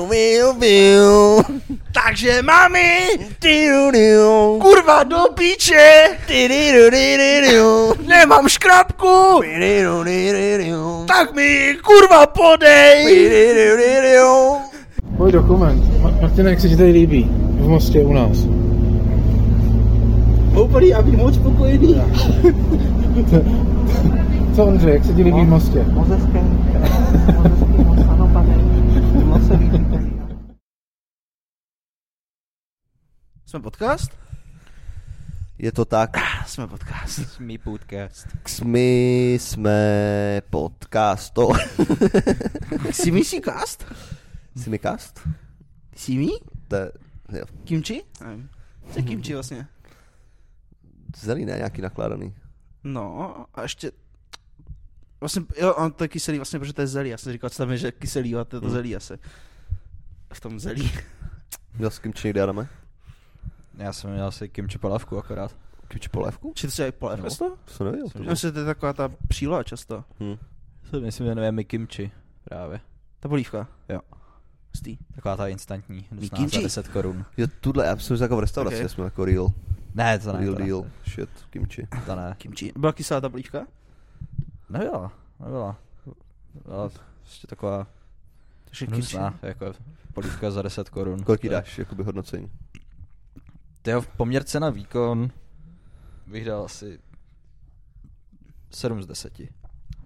biu, biu. Takže mami, Diu, diu. kurva do píče, Diu, diu, diu, diu. nemám škrabku, Diu, diu, diu, diu. tak mi kurva podej. Diu, diu, diu, diu. Pojď dokument. Ma- Martina, jak se ti tady líbí? V Mostě u nás. Úplný a být moc spokojený. Co Ondřej, jak se ti líbí v Mostě? Moc hezké. Moc hezký, moc ano, pane. Moc se líbí tady. Jsme podcast? Je to tak. Jsme podcast. Smí podcast. My jsme podcasto. Simi si cast? Simicast? Simi? To je, jo, Kimči? Nevím. Co je kimči vlastně? zelí ne, nějaký nakládaný. No a ještě Vlastně, jo, on to je kyselý vlastně, protože to je zelí. Já jsem říkal, co tam je, že kyselý, a to je to zelí asi. V tom zelí. Měl s kimči někde Adame? Já jsem měl asi kimči polavku akorát. Kimči polévku? Či to se je polévka No. z toho? To jsem nevěděl. to bylo. Myslím, že to je taková ta příloha často. Hm. To my si jmenujeme kimči právě. Ta polívka. Jo. Hustý. Taková ta instantní, dostná kimchi? za 10 korun. Jo, tuhle, já myslím, že jako v restauraci Ok. jsme jako real, Ne, to ne. real to ne, deal, shit, kimči. To ne. Kimči. Byla kyselá ta polívka? Nebyla, nebyla. Byla prostě taková Takže kimči. hnusná, jako polívka za 10 korun. Kolik jí To je- dáš, jakoby hodnocení? Tyjo, v poměrce na výkon bych dal asi 7 z 10.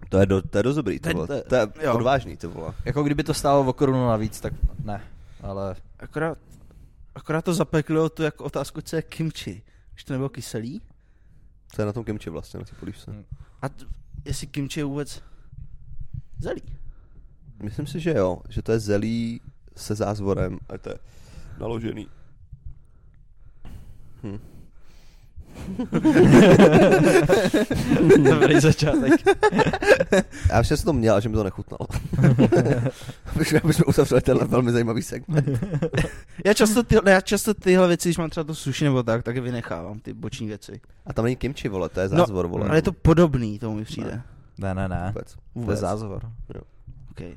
To je, do, to je dost dobrý, to, To je- vole. to je- to je jo. odvážný, to vole. Jako kdyby to stálo o korunu navíc, tak ne. Ale Akorát, akorát to zapeklilo tu jako otázku, co je kimči. Když to nebylo kyselý. Co je na tom kimči vlastně, na té polívce? Hm. A t- jestli kimči je vůbec zelí. Myslím si, že jo, že to je zelí se zázvorem a to je naložený. Hm. dobrý začátek. Já už jsem to měl, že mi to nechutnalo. Abychom, abychom uzavřeli tenhle velmi zajímavý segment. Já často, ty, já často tyhle věci, když mám třeba to suši nebo tak, tak je vynechávám, ty boční věci. A tam není kimči, vole, to je zázvor, no, vole. ale je to podobný, tomu mi přijde. No. Ne. Ne, ne, ne. Vůbec. To je Vůbec. zázvor. Okay.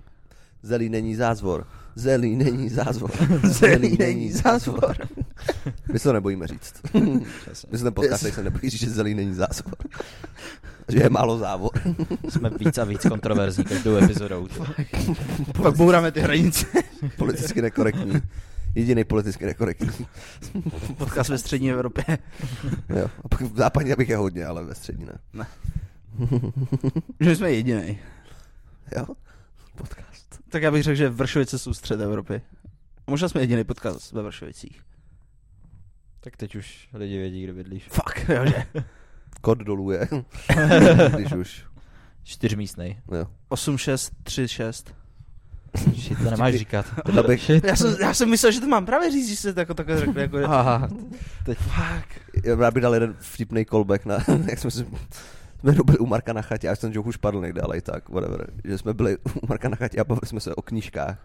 Zelí není zázvor. Zelí není zázvor. Zelí není zázvor. My se to nebojíme říct. Přesně. My se ten podcast tady se nebojí říct, že zelí není zázvor. Že je málo závor. Jsme víc a víc kontroverzní každou epizodou. ty. Pak bouráme ty hranice. Politicky nekorektní. Jediný politicky nekorektní. Podcast ve střední Evropě. Jo. A pak v západní bych je hodně, ale ve střední ne. Že jsme jediný. Jo? Podcast. Tak já bych řekl, že Vršovice jsou střed Evropy. Možná jsme jediný podcast ve Vršovicích. Tak teď už lidi vědí, kde bydlíš. Fuck, jo, že? Kod dolů je. Když už. Čtyřmístnej. Jo. 8636. Shit, to nemáš říkat. Teda bych, Já jsem, já jsem myslel, že to mám právě říct, že jste tak, tak řekli. Jako, Aha, fuck. já bych dal jeden vtipný callback na, jak jsme si jsme jednou byli u Marka na chatě, až ten joke už padl někde, ale i tak, whatever. Že jsme byli u Marka na chatě a bavili jsme se o knížkách.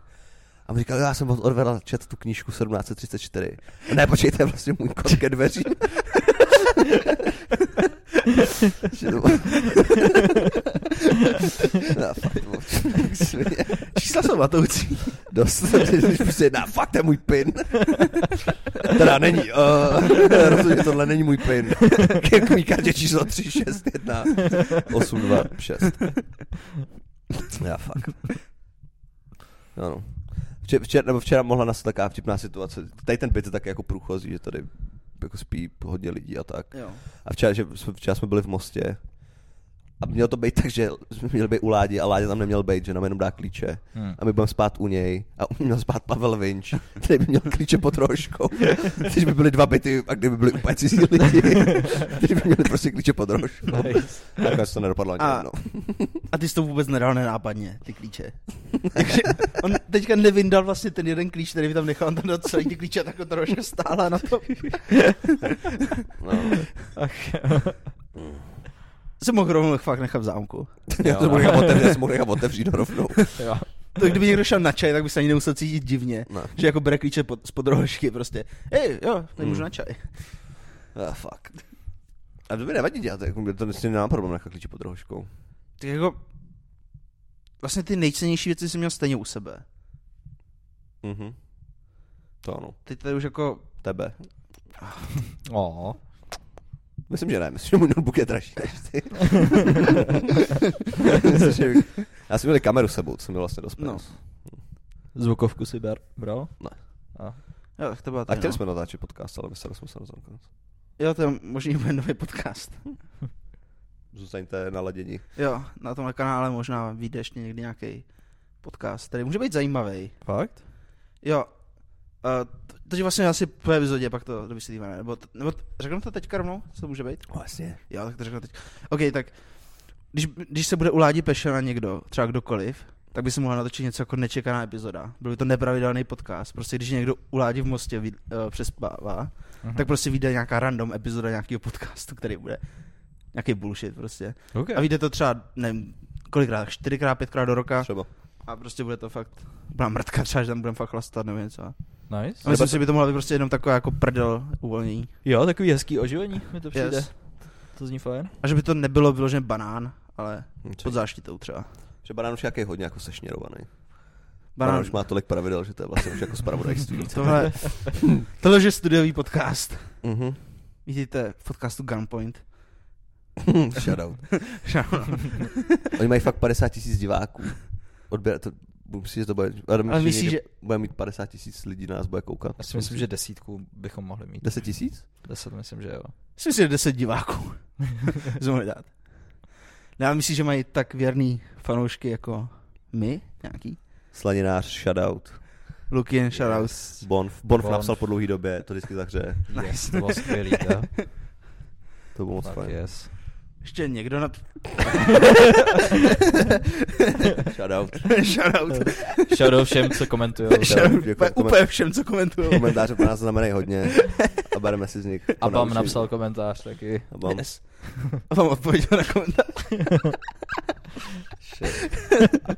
A on říkal, jo, já jsem od Orwella čet tu knížku 1734. A ne, počkej, to je vlastně můj kód ke dveřím. Že to bylo- no, fakt, to bylo tak svině. Čísla jsou matoucí. Dost, když prostě jedná, fakt to je můj pin. Teda není, uh, rozhodně tohle není můj pin. K mý kartě číslo 3, 6, 1, 8, 2, 6. Já fakt. No, no. Včera, včera, nebo včera mohla nastat taková vtipná situace. Tady ten byt je taky jako průchozí, že tady jako spí hodně lidí a tak. Jo. A včera, že jsme, včera jsme byli v Mostě a mělo to být tak, že jsme měli být u Ládi a Láďa tam neměl být, že nám jenom dá klíče. Hmm. A my budeme spát u něj a u něj měl spát Pavel Vinč, který by měl klíče pod rožkou. Když by byly dva byty a kdyby byli úplně cizí lidi, kteří by měli prostě klíče pod rožkou. nice. Nakonec to nedopadlo ani A- jednou. A ty jsi to vůbec nedal nenápadně, ty klíče. Takže on teďka nevyndal vlastně ten jeden klíč, který by tam nechal, on tam dal celý ty klíče a tak on trošku stála na to. No. Se mohl rovnou fakt nechat v zámku. Já to mohl nechat otevřít, já jsem mohl nechat otevřít rovnou. Jo. To kdyby někdo šel na čaj, tak by se ani nemusel cítit divně. No. Že jako bere klíče pod, spod rohošky prostě. Hej, jo, nemůžu Hmm. na čaj. Ah, fuck. A to mi nevadí dělat, jako, to s tím nemám problém nechat klíče pod rožkou. Tak jako... Vlastně ty nejcennější věci jsi měl stejně u sebe. Mhm. To ano. Teď to je už jako Tebe. O. Myslím, že ne. Myslím, že můj notebook je dražší než ty. Myslím, že- Já jsem měl i kameru s sebou, to jsem měl vlastně dost No. peněz. Zvukovku si ber, bral? Ne. A. Jo, tak to byla A tady, chtěli no. jsme natáčet podcast, ale mysleli jsme se na to nakonec. Jo, to je možný bude nový podcast. Zůstaňte naladěni. Jo, na tomhle kanále možná vyjde ještě někdy nějaký podcast, který může být zajímavý. Fakt? Jo, uh, takže vlastně asi po epizodě pak to dovysvětlíme, nebo, t- nebo t- řeknu to teďka rovnou, co to může být? Vlastně. Jo, tak to řeknu teď. OK, tak když, když se bude uládi na někdo, třeba kdokoliv, tak by se mohla natočit něco jako nečekaná epizoda. Byl by to nepravidelný podcast. Prostě když někdo uládí v mostě uh, přespává, Mhm. uh-huh. tak prostě vyjde nějaká random epizoda nějakého podcastu, který bude nějaký bullshit prostě. Okay. A vyjde to třeba, nevím, kolikrát, čtyřikrát, pětkrát do roka Třeba. a prostě bude to fakt, byla mrtka třeba, že tam budeme fakt chlastat nebo něco. A Nice. myslím si, že by to mohla být prostě jenom taková jako prdel uvolnění. Jo, takový hezký oživení mi to přijde. Yes. To zní fajn. A že by to nebylo vyloženě banán, ale Če- pod záštitou třeba. Že banán už nějaký je hodně jako sešněrovaný. Banán Banán, už má tolik pravidel, že to je vlastně už jako spravodajství. Tohle, tohle je studiový podcast. Mhm. Vidíte v podcastu Gunpoint. Shoutout. Oni mají fakt 50 tisíc diváků. Odběr, to, myslím, že to bude, Ale myslíš, že... že- bude mít 50 tisíc lidí na nás bude koukat. Já si myslím, že desítku bychom mohli mít. 10 tisíc? Deset myslím, že jo. Myslím si, že 10 diváků. Jsme mohli dát. No, já myslím, že mají tak věrný fanoušky jako my, nějaký. Slaninář, shoutout. Lukien, shoutout. Bonf. Bonf, Bonf. napsal po dlouhý době, to vždycky zahřeje. Nice. Yes, to bylo skvělý, to. To bylo moc Tak fajn. yes. Ještě někdo na... Shoutout. shoutout. Shoutout všem, co komentují. Shoutout, shoutout. děkuji. Úplně jako všem, co komentují. Komentáře pro nás znamenají hodně a bereme si z nich. A Bam ponaučení. napsal komentář taky. A bam. Yes. A vám odpověděl na komentář.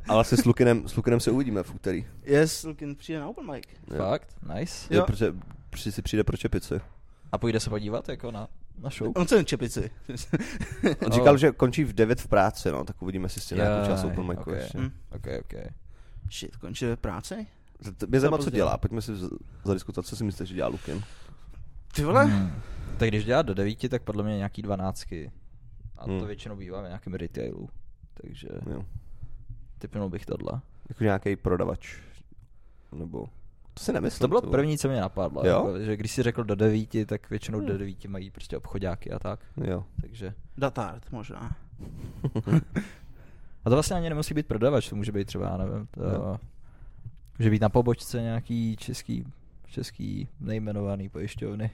A vlastně s Lukinem, s Lukinem se uvidíme v úterý. Yes, Lukin přijde na open mic. Jo. Fakt, nice. Jo. Jo. Protože při, si přijde pro čepici. A půjde se podívat jako na, na show. On co jen čepici. On Oh. říkal, že končí v 9 v práci, no, tak uvidíme si s tím nějakou Jaj, čas open micu okay. ještě. Hm. Ok, ok. Shit, končil ve práci? To- Mě zajímá, co pozdě. dělá. Pojďme si z- zadiskutovat, co si myslíte, že dělá Lukin. Ty vole? Hmm. Tak když dělá do devíti, tak podle mě nějaký dvanáctky. A to Hmm. většinou bývá v nějakém retailu. Takže Jo. typnul bych tohle. Jako nějaký prodavač. Nebo... To si nemyslím. To bylo ty vole. první, co mě napadlo. Jo? Jako, že když si řekl do devíti, tak většinou do devíti mají prostě obchodáky a tak. Jo. Takže. Datard možná. A to vlastně ani nemusí být prodavač, to může být třeba, já nevím, to, Jo. může být na pobočce nějaký český, český nejmenovaný pojišťovny.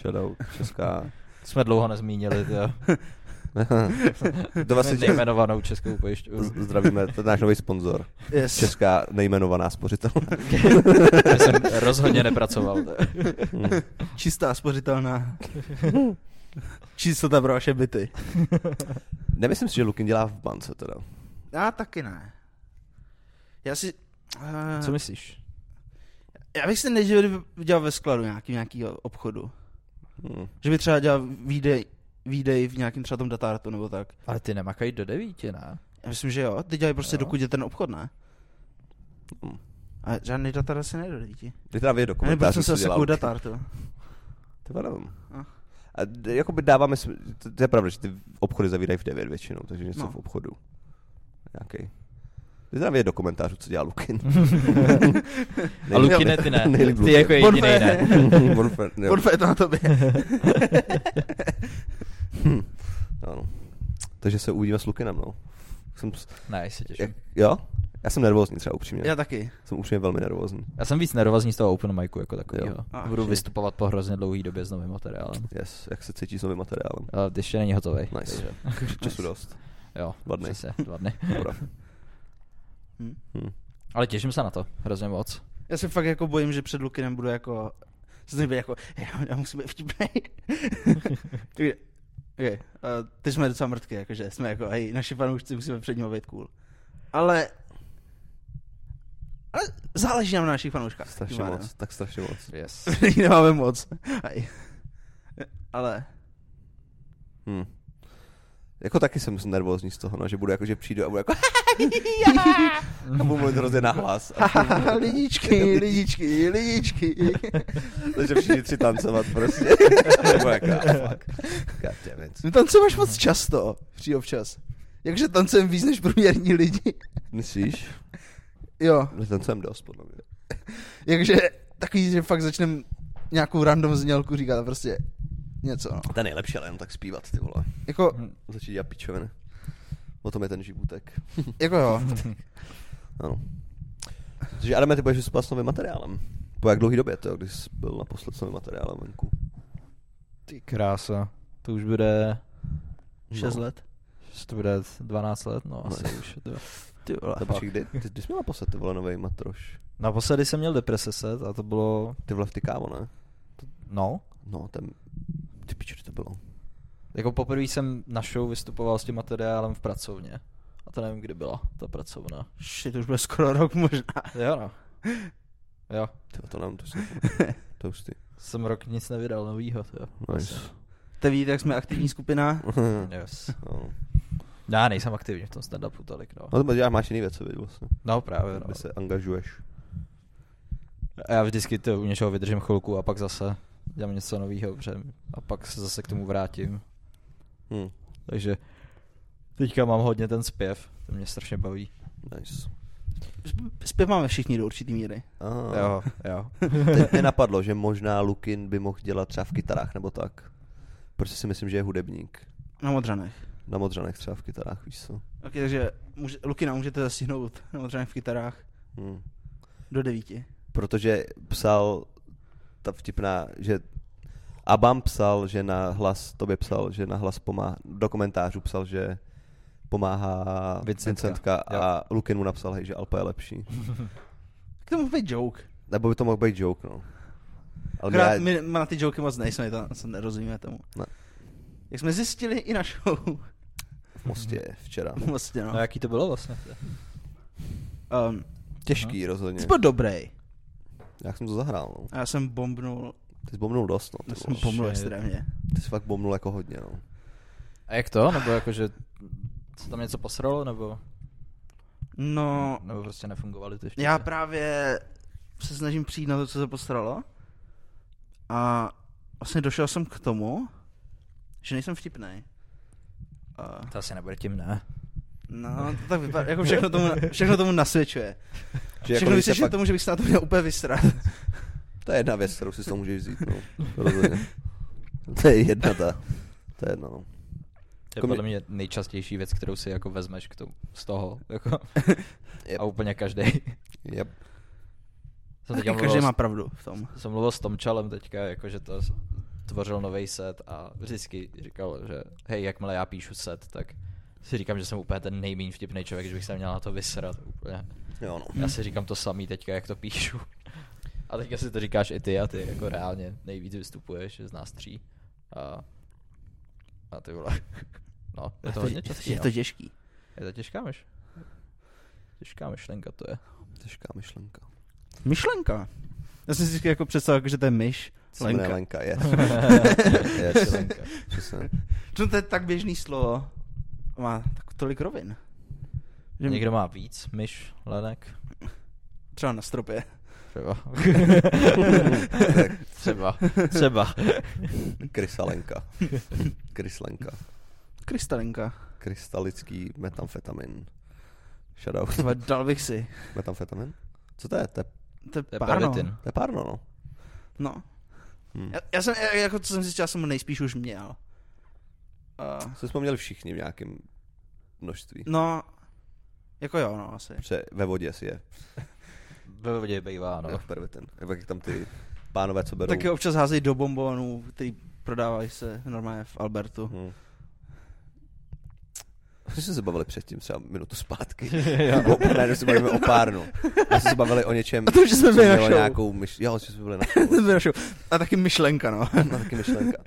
Shadow, česká... Jsme dlouho nezmínili, jo. to vlastně tě... nejmenovanou českou pojišťovnu. z- Zdravíme, to je náš nový sponzor. Yes. Česká nejmenovaná spořitelna. Já jsem rozhodně nepracoval. Hmm. Čistá, spořitelná. Čistota pro vaše byty. Nemyslím si, že Lukin dělá v bance teda. Já taky ne. Já si... Uh, Co myslíš? já bych si nežil, kdyby dělal ve skladu nějaký, nějaký obchodu. Hmm. Že by třeba dělal výdej, výdej v nějakém třeba tom datartu nebo tak. Ale ty nemakají do devíti, ne? Já myslím, že jo. Ty dělají prostě, Jo. jo. dokud je ten obchod, ne? Hm. A žádný datar asi nejde, lidi. Teď teda vy do Já nevím, proč jsem komentářů, se co asi dělá kvůli Lukin. datartu. To já nevím. Ah. A d- jakoby dáváme, sm- to, to je pravda, že ty obchody zavírají v 9 většinou, takže něco no. No. v obchodu. Nějakej. Ty tam vědět do komentářů, co dělá Lukin. A Lukine ty ne. Nejlíp Ty jako jediný Bonfé. ne. Bonfer, jo. Porfa, je to na tobě. Hm. Ano. Takže se uvidíme s Lukinem, no. Jsem, s- Ne, se jak, těším. jo? Já jsem nervózní třeba upřímně. Já taky. Jsem upřímně velmi nervózní. Já jsem víc nervózní z toho open micu jako Jo. takového. Ah, Budu shit. vystupovat po hrozně dlouhý době s novým materiálem. Yes, jak se cítíš s novým materiálem? Ale ještě není hotový. Nice. takže- Času dost. Jo, Dva dny. přesně, dva dny. Dobrá. Hm. Hm. Ale těším se na to, hrozně moc. Já se fakt jako bojím, že před Lukinem budu jako... Co jsem byl jako, já, já musím být vtipnej. okay. okay. Uh, ty jsme docela mrtky, jakože jsme jako, hej, naši fanoušci musíme před nimi být cool. Ale... Ale záleží nám na našich fanouškách. Strašně Tím pádem. moc, tak strašně moc. Yes. Jich Nemáme moc. Hej. Ale... Hm. Jako taky jsem nervózní z toho, no, že budu jako, že přijdu a budu jako A budu mluvit hrozně nahlas. lidičky, lidičky, lidičky. Takže všichni tři tancovat prostě. Nebo jaká, fuck. God damn it. No tancuješ moc často, při občas. Jakže tancujem víc než průměrní lidi. Myslíš? Jo, No tancujem dost, podle mě. jakže takový, že fakt začnem nějakou random znělku říkat prostě něco, no. To je nejlepší, ale jenom tak zpívat, ty vole. Jako, Hm. Začít dělat pičoviny. O tom je ten životek. jako jo. Ano. Takže Adame, ty budeš vystupovat s novým materiálem. Po jak dlouhý době to, když jsi byl naposled s novým materiálem venku? Ty krása. To už bude... No. Šest let. To bude 12 let, no asi Nice. už. To... Ty vole. To počkej, kdy, ty, kdy jsi měl naposled ty vole nový matroš? Naposledy jsem měl deprese set a to bylo... Ty vole v ty kávo, ne? No, No, ten... Ty pičo, kdy to bylo? Jako poprvé jsem na show vystupoval s tím materiálem v pracovně. A to nevím, kdy byla ta pracovna. Shit, už bude skoro rok možná. Jo no. Jo, Ty vole, to nevím, to si To už ty. jsem rok nic nevydal novýho, jo. Nice. To vidíte, jak jsme aktivní skupina. Yes. No. Já nejsem aktivní v tom stand-upu tolik, no. no to děláš, máš jiný věci, viď, vlastně. No právě, no. Kdy se angažuješ. A já vždycky to u něčeho vydržím chvilku a pak zase dělám něco novýho, protože a pak se zase k tomu vrátím. Hm. Takže teďka mám hodně ten zpěv, to mě strašně baví. Nice. Zpěv máme všichni do určitý míry. Ah. Jo, jo. Teď mě napadlo, že možná Lukin by mohl dělat třeba v kytarách nebo tak. Protože si myslím, že je hudebník. Na Modřanech. Na Modřanech třeba v kytarách, víš co. Ok, takže může, Lukina můžete zastihnout na Modřanech v kytarách Hm. do devíti. Protože psal ta vtipná, že Abam psal, že na hlas, tobě psal, že na hlas pomáhá, do komentářů psal, že pomáhá Vincentka. Vincentka, Vincentka a Lukin mu napsal, hej, že Alpa je lepší. Tak to mohl být joke. Nebo by to mohl být joke, no. Ale Akorát já- my na ty joky moc nejsme, to to nerozumíme tomu. Ne. Jak jsme zjistili i na show. v Mostě včera. vlastně, no. No jaký to bylo vlastně? Um, Těžký rozhodně. jsi byl dobrý. Já jsem to zahrál, no. A já jsem bombnul, Ty jsi bomnul dost, no. já Ty, jsem vole. bombnul shit. extrémně. ty jsi fakt bomnul jako hodně, no. A jak to? Nebo jako, že se tam něco posralo, nebo, No, nebo prostě nefungovaly ty já právě se snažím přijít na to, co se postaralo. A vlastně došel jsem k tomu, že nejsem vtipný. A To asi nebude tím, ne. no, to tak vypadá, jako všechno tomu, všechno tomu nasvědčuje. Že jako Všechno když se No, vysvědčuje fakt, tomu, že bych se na to měl úplně vysrat. to je jedna věc, kterou si to můžeš vzít, no. Rozhodně. To je jedna ta. To je jedna, no. To je Jako podle mě nejčastější věc, kterou si jako vezmeš k tomu, z toho. Jako. Yep. A úplně každý. Yep. Jsem Taky teďka každý mluvil, Jako, má má... pravdu v tom. jsem mluvil s Tomčalem teďka, jako, že to s- tvořil nový set a vždycky říkal, že hej, jakmile já píšu set, tak si říkám, že jsem úplně ten nejméně vtipný člověk, že bych se měl na to vysrat úplně. Jo, no. Já si říkám to samý teďka, jak to píšu. A teďka si to říkáš i ty a ty jako reálně nejvíc vystupuješ z nás tří. A, a ty vole. No, je to hodně častý, je no. to těžký. Je to těžká myš. Těžká myšlenka to je. Těžká myšlenka. Myšlenka. Já jsem si vždycky jako představil, že to je myš. Lenka. Lenka. Lenka, je. Je to lenka. Přesně. No to je tak běžný slovo. Má tak tolik rovin. Že Někdo má víc myš, lenek. Třeba na stropě. Třeba. Tak, Třeba. Třeba. Krysalenka. Kryslenka. Krystalenka. Krystalický metamfetamin. Shoutout. Třeba dal bych si. Metamfetamin? Co to je? To je, To je, To je párno. pervitin. to je párno, no. No. Hm. Já, já, jsem, já, jako co jsem zjistil, já jsem ho nejspíš už měl. Uh, Co jsme měli všichni v nějakém množství. no, jako jo, no asi. Pře- ve vodě si je. Ve vodě bývá, No. no. Pervitin. Jak tam ty pánové, co berou. Taky občas házejí do bombonů, který prodávají se normálně v Albertu. Hm. My jsme se bavili předtím třeba minutu zpátky. Jo. Bo- Najednou se bavíme o párnu. My jsme se bavili o něčem, A to, že jsme co byli na mělo show. nějakou myš... Jo, že jsme byli na show. To by našel. A taky myšlenka, no. No, taky myšlenka.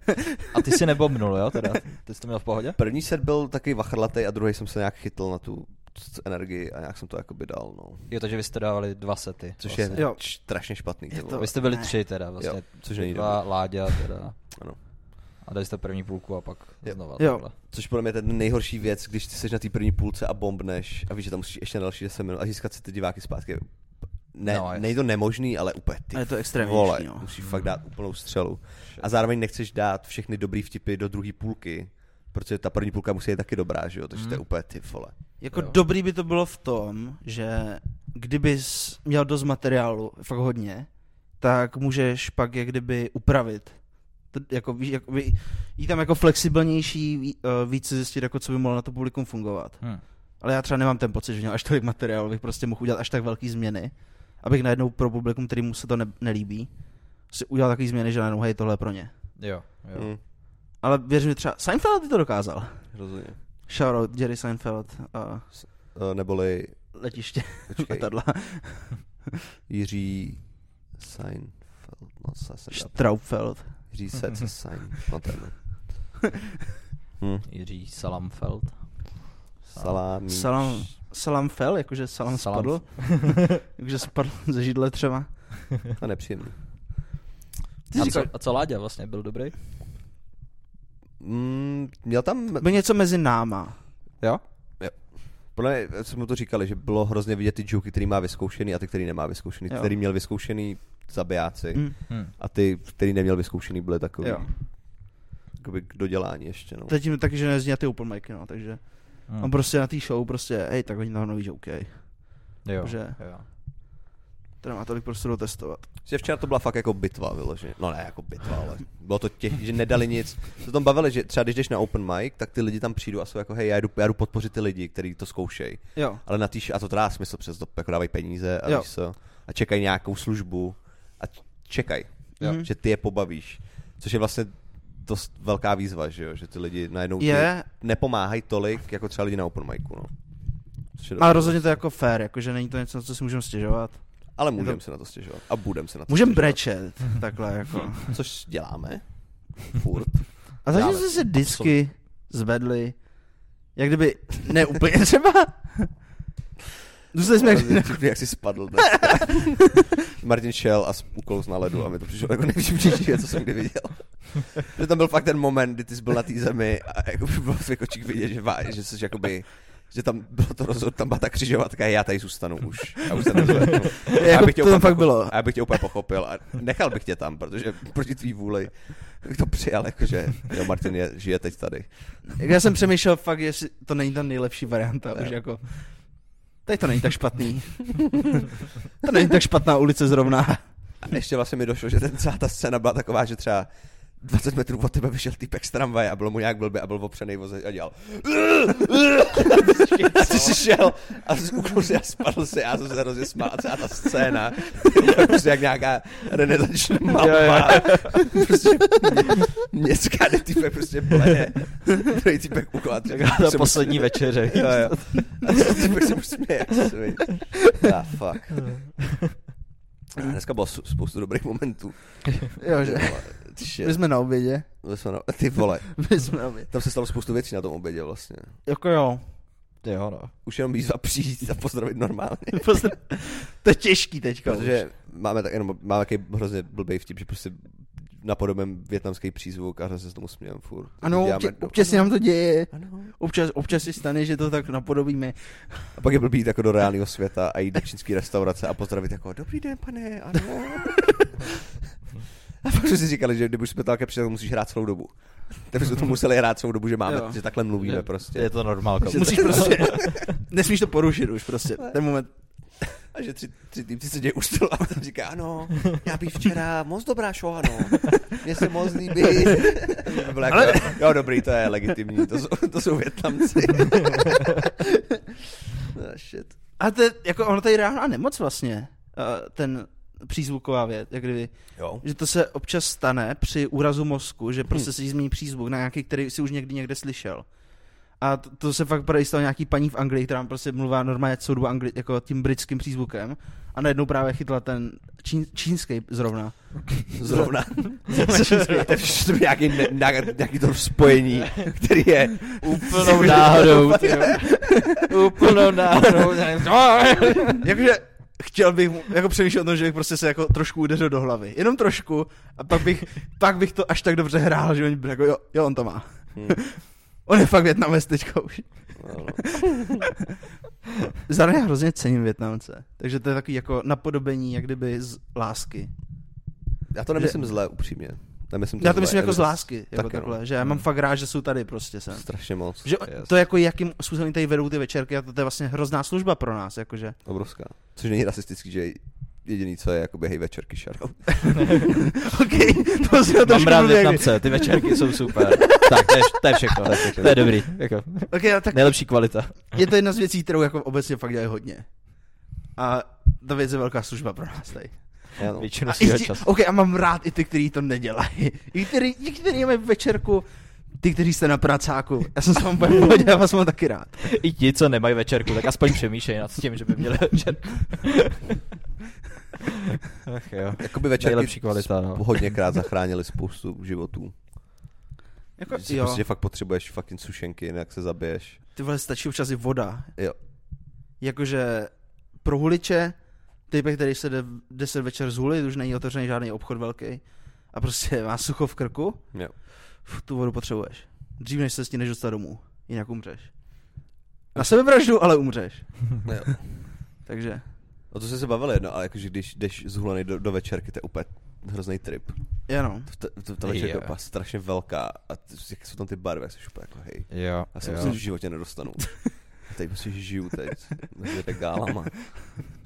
A ty si nebomnul, jo, teda? Ty jsi to měl v pohodě? První set byl taky vachrlatej a druhý jsem se nějak chytl na tu c- energii a nějak jsem to jakoby dal, no. Jo, takže vy jste dávali dva sety. Což vlastně. je Jo. strašně špatný. Je To, to- to... Vy jste byli tři teda, vlastně. Jo, což není dva Láďa teda. Ano. A dali jste první půlku a pak Jo. znova. Jo. takhle. Což podle mě je ten nejhorší věc, když ty seš na té první půlce a bombneš a víš, že tam musíš ještě na další 10 minut a získat si ty diváky zpátky. je- Ne, No, no, jasně. není to nemožný, ale úplně ty A je to extrémnější, vole, no. musíš fakt dát úplnou střelu. A zároveň nechceš dát všechny dobrý vtipy do druhé půlky, protože ta první půlka musí být taky dobrá, že jo, takže to je úplně ty vole. Jako Jo. jo. dobrý by to bylo v tom, že kdybys měl dost materiálu, fakt hodně, tak můžeš pak jak kdyby upravit. To, jako, víš, jako, ví- jít tam jako flexibilnější, ví- eh, víc si zjistit, jako, co by mohlo na to publikum fungovat. Hm. Ale já třeba nemám ten pocit, že měl až tolik materiálu, bych prostě mohl udělat až tak velký změny, abych najednou pro publikum, kterýmu se to ne- nelíbí, si udělal takový změny, že najednou hej, tohle je pro ně. Jo, jo. Mm, Ale věřím, že třeba Seinfeld by to dokázal. rozumím. Shoutout Jerry Seinfeld a Eh, Neboli, letiště, počkej, letadla, Jiří Seinfeld, no se se dá. Straubfeld. Jiří Sece Seinfeld, no ten. Hm, Jiří Salamfeld. salámí. Salam, salam fell, jakože salam, Salam. salam. spadl. jakože spadl ze židle třeba. To je nepříjemný. Ty a, říkal, co, a co Láďa vlastně byl dobrý? Mm, měl tam, byl něco mezi náma. Jo? podle mě jsme mu to říkali, že bylo hrozně vidět ty joky, který má vyzkoušený a ty, který nemá vyzkoušený. Ty, Jo. který měl vyzkoušený zabijáci Mm. Hm. a ty, který neměl vyzkoušený, byly takový Jo. jakoby k dodělání ještě. No. Teď jim taky, že nezní na ty open micy, no, takže. Hm. On prostě na té show prostě, hej, tak hodně tam nový joke, hej. jo. že- jo. Tady má tolik prostoru testovat. Že včera to byla fakt jako bitva vyloženě. No ne jako bitva, ale bylo to těžké, že nedali nic. Se tam bavili, že třeba když jdeš na open mic, tak ty lidi tam přijdou a jsou jako, hej, já jdu, já jdu podpořit ty lidi, kteří to zkoušejí. Jo. Ale na týž, a to dá smysl přes to, jako dávají peníze a, Jo. víš co, a čekají nějakou službu a č- čekají, Jo. že ty je pobavíš. Což je vlastně dost velká výzva, že jo, že ty lidi najednou ti Je. nepomáhají tolik, jako třeba lidi na open micu, no. Což je Ale dobrý. rozhodně to je jako fair, jakože není to něco, na co si můžeme stěžovat. ale můžeme se na to stěžovat a budeme se na to Můžeme stěžovat. brečet, takhle jako. Což děláme, furt. A zatím Dále. jsme se disky zvedli, jak kdyby, ne úplně třeba. Zůstali jsme jak Hrozně vtipný, jak jsi spadl. dnes. Martin šel a uklouz na ledu a mi to přišlo jako nejvtipnější věc, co jsem kdy viděl. že tam byl fakt ten moment, kdy ty jsi byl na té zemi a jako by bylo v těch očích vidět, že, vá, že jsi jakoby že tam bylo to rozhod, tam byla ta křižovatka, já tady zůstanu už. Já už se nezvednu. A já Jako bych tě to tam úplně fakt bylo. A já bych tě úplně pochopil a nechal bych tě tam, protože proti tvý vůli bych to přijal, jakože jo, Martin je, žije teď tady. Jak já jsem přemýšlel fakt, jestli to není ta nejlepší varianta, Ne. už jako... Tady to není tak špatný. to není tak špatná ulice zrovna. A ještě vlastně mi došlo, že ten, celá ta scéna byla taková, že třeba 20 metrů od tebe vyšel týpek z tramvaje a bylo mu nějak blbě a byl opřený voze a dělal. A ty jsi šel a zkoušel si a spadl si a já jsem se hrozně smál a celá ta scéna. byla Prostě jak nějaká renesanční malba. Prostě městská, kde týpek prostě bleje. Druhý týpek uklad. Taková ta poslední večeře. Jo, jo. A ten týpek se už směje, jak se vidí. Ah, fuck. A Dneska bylo su- spoustu dobrých momentů. Jo, že? Ty vole, shit. Byli jsme na obědě. Byli jsme na- Ty vole, Byli jsme na obědě. tam se stalo spoustu věcí na tom obědě vlastně. Jako jo. Jo, no. Už jenom výzva přijít a pozdravit normálně. Prostě- to je těžký teďka Protože máme tak jenom, máme takový hrozně blbej vtip, že prostě napodobem větnamský přízvuk a hrozně se tomu smějem furt. Ano, Děláme no, občas, do- občas se nám to děje. Ano. Občas, občas si stane, že to tak napodobíme. A pak je blbý jít jako do reálného světa a jít do čínské restaurace a pozdravit jako dobrý den pane, ano. a pak jsme si říkali, že kdyby už jsme to také přijeli, tak musíš hrát celou dobu. Tak jsme to museli hrát celou dobu, že máme, Jo. že takhle mluvíme Je- prostě. Je to normálka. Musíš prostě, nesmíš to porušit už prostě. Ten moment, A že tři, tři týpci se dějí u stolu a tam říká, ano, já bych včera, moc dobrá no. show, ano, mně se moc líbí. To bylo jako, jo, dobrý, to je legitimní, to jsou, to jsou větnamci. Ah, shit. A to je, jako ono tady reálná nemoc vlastně, eh, ten přízvuková věc, jak kdyby, Jo. že to se občas stane při úrazu mozku, že prostě se ti změní přízvuk na nějaký, který si už někdy někde slyšel. A to, to se fakt právě stalo nějaký paní v Anglii, která prostě mluvila normálně celou dobu angli, jako tím britským přízvukem a najednou právě chytla ten čín, čínský zrovna. Zrovna. to je všechno nějaký, ne- nějak- nějaký to spojení, který je úplnou No, náhodou. tyjo. úplnou náhodou. Jakože chtěl bych, mu- jako přemýšlel o tom, že bych prostě se jako trošku udeřil do hlavy. Jenom trošku a pak bych, pak bych to až tak dobře hrál, že oni byli jako, jo, jo on to má. Hmm. On je fakt Větnamec teďka už. Ano. Zároveň já hrozně cením Větnamce. Takže to je takový jako napodobení, jak kdyby z lásky. Já to nemyslím zle, upřímně. Nemyslím Já to zle, myslím jako z nemyslím- lásky, jako Tak jo. takhle, že já mám fakt rád, že jsou tady prostě sem. Strašně moc. Že o- to jako jakým způsobem tady vedou ty večerky a to, to je vlastně hrozná služba pro nás, jakože. Obrovská. Což není rasistický, že jediný, co je, jakoby hej večerky šarou. OK, to si to Mám rád Větnamce, ty večerky jsou super. tak, to je, to je všechno. To je všechno. to je dobrý. Jako, OK, a tak nejlepší kvalita. je to jedna z věcí, kterou jako obecně fakt dělají hodně. A ta věc je velká služba pro nás tady. Já no. Většinu A, i svého ti, času. OK, a mám rád i ty, kteří to nedělají. I který, ti, kteří mají večerku, ty, kteří jste na pracáku. Já jsem s vám úplně v pohodě, já vás mám taky rád. I ti, co nemají večerku, tak aspoň přemýšlej nad tím, že by měli večerku. Ach jo. Jakoby večerky Nejlepší kvalita, no. hodněkrát zachránili spoustu životů. Jako, Že si jo, prostě fakt potřebuješ fucking sušenky, jinak se zabiješ. ty vole, stačí občas i voda. Jo. jakože pro huliče, typek, který se jde 10 večer zhulit, už není otevřený žádný obchod velký a prostě má sucho v krku, Jo. uf, tu vodu potřebuješ. Dřív než se s tím než dostat domů, jinak umřeš. Na sebevraždu, ale umřeš. jo. Takže, O to jsme se bavili jedno, ale jakože když jdeš zhulený do, do večerky, to je úplně hrozný trip. jenom. To, to, ta večerka je Jo. úplně strašně velká a ty, jak jsou tam ty barvy, jak jsi úplně jako hej. Jo, Já se myslím, že v životě nedostanu. Teď prostě žiju teď, mezi regálama.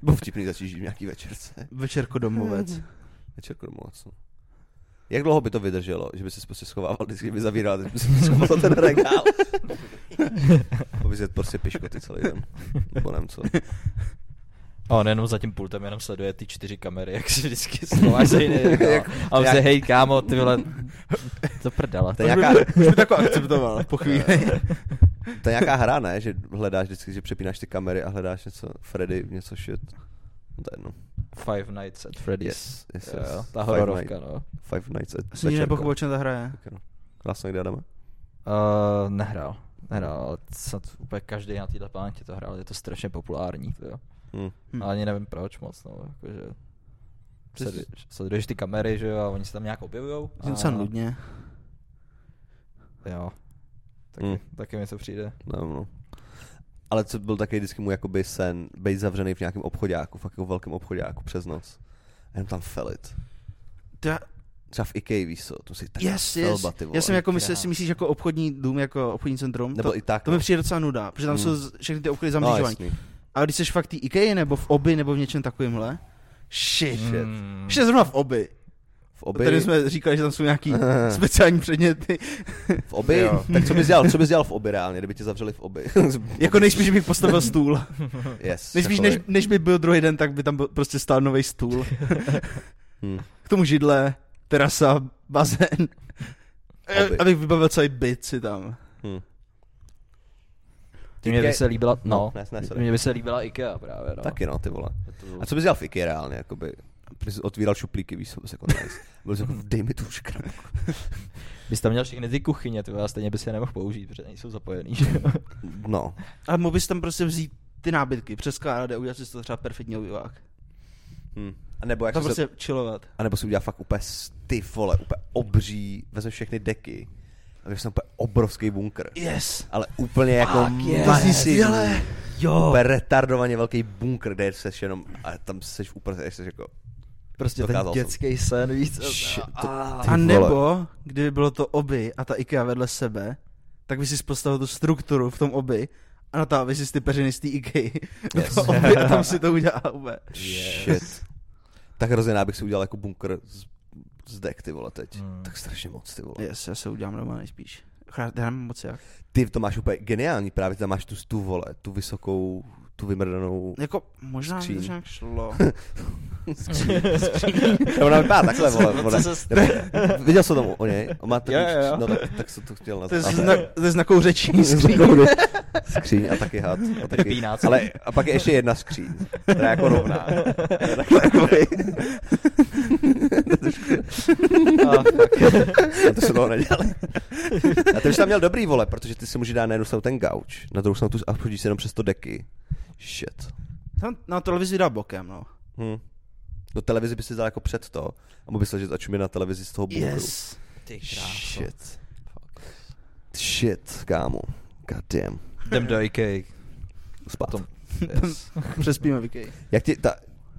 Bylo vtipný začít žít v nějaký večerce. Večerko domovec. Večerku domů, co? no. Jak dlouho by to vydrželo, že by se prostě schovával, vždycky by zavíral, teď by se schoval za ten regál. Aby se prostě piškoty celý den. Nebo nevím co. A on jenom za tím pultem jenom sleduje ty čtyři kamery, jak se vždycky slováš za jiný. Jak- regál. A on jak- se, hej kámo, ty vole, to prdala. To je nějaká, Už by tako akceptoval po chvíli. to je nějaká hra, ne? Že hledáš vždycky, že přepínáš ty kamery a hledáš něco Freddy, něco shit. No To je jedno. Five Nights at Freddy's. Yes, yes, Jo, jo, yes. ta Five hororovka, Nights. no. Five Nights at Jsem Večerka. nepochopil, o čem ta hra je. Tak jo. Krásně, kde jdeme? Uh, nehrál. Nehrál, ale snad úplně každý na této planetě to hrál, je to strašně populární. To jo. Hm. Hm. Hmm. Ale ani nevím proč moc, no, jakože... Ty jsi- Sleduješ, sleduješ ty kamery, že jo, a oni se tam nějak objevují. Jsem docela nudně. Jo. Taky, Hmm. taky mi to přijde. Nevím, no. Ale co byl taky vždycky mu jakoby sen, být zavřený v nějakém obchodáku, fakt jako velkém obchodáku přes noc. A jenom tam felit. To já- Třeba v IKEA, víš co, to si tak Yes, yes. felba, ty vole. Já jsem jako myslel, krás. si myslíš jako obchodní dům, jako obchodní centrum. Nebo to, i tak, to no. mi přijde docela nuda, protože tam Hmm. jsou z- všechny ty obchody no, zamřížovaný. jasný. A když jsi fakt tý IKEA nebo v oby nebo v něčem takovýmhle, shit. shit. Mm. Ještě zrovna v oby. V obi, Tady jsme říkali, že tam jsou nějaký speciální předměty. v obi Jo. tak co bys dělal, co bys dělal v obi reálně, kdyby tě zavřeli v obi? jako nejspíš bych postavil stůl. yes, jako Nejspíš takovej. než, než by byl druhý den, tak by tam byl prostě stál nový stůl. Hmm. Hm. K tomu židle, terasa, bazén. E, Oby. Abych vybavil celý byt si tam. Hm. Ty mě by se líbila, no, ne, ne, sorry. mě by se líbila IKEA právě, no. Taky no, ty vole. Je to- A co bys dělal v IKEA reálně, jakoby? Bys otvíral šuplíky, víš, co bys jako nice. Byl jsi jako, dej mi tu škrabku. Bys tam měl všechny ty kuchyně, ty vole, a stejně bys je nemohl použít, protože nejsou zapojený, že jo. No, Ale mohl bys tam prostě vzít ty nábytky, přeskládat a udělat si z toho třeba perfektní obyvák. hm. A nebo jak Tam se- prostě chillovat. A nebo si udělá fakt úplně s- ty vole, úplně obří, vezme všechny deky a vezme tam úplně obrovský bunkr. Yes. Ale úplně jako Fuck yes, masivní, děle. Jo. úplně retardovaně velký bunkr, kde seš jenom, a tam seš úplně, seš jako, Prostě ten Dokázal jsem. dětský sen, víc. Shit, to- ty A vole. nebo, kdyby bylo to oby a ta IKEA vedle sebe, tak by si postavil tu strukturu v tom oby a natáhl si ty peřiny z té IKEA. Yes. Yes. To oby a tam si to udělá obe. shit. Tak hrozně rád bych si udělal jako bunkr z, z dek, ty vole, teď. Hmm. Tak strašně moc, ty vole. Yes, já se udělám doma nejspíš. Akorát Já nemám moc jak. Ty to máš úplně geniální, právě ty tam máš tu, tu vole, tu vysokou, tu vymrdanou, Jako, možná by to Skříň. nějak šlo. Nebo ona vypadá takhle, vole. vole. se Nebo, viděl jsem tam o něj, on má takový, Jo, jo, jo. no tak, tak jsem to chtěl To je, nazvat. znak, to je znakou řečí skříň. skříň. skříň a taky had. A taky, Vypíná, co? ale a pak je ještě jedna skříň, která je jako rovná. Takhle, jakoby. Ah, fuck. a to se dlouho nedělali. A ty už tam měl dobrý vole, protože ty si můžeš dát na jednu stranu ten gauč, na druhou stranu tu a chodíš si jenom přes to deky. Shit. Tam na televizi dá bokem, no. Hm. No televizi by si dal jako před to a mohl bys ležet a čumit na televizi z toho bouku. Yes. Ty kráso. Shit. Shit, kámo. God damn. Jdem do IKEA. Spát. Potom. Yes. Přespíme Vicky. Jak ti, ta,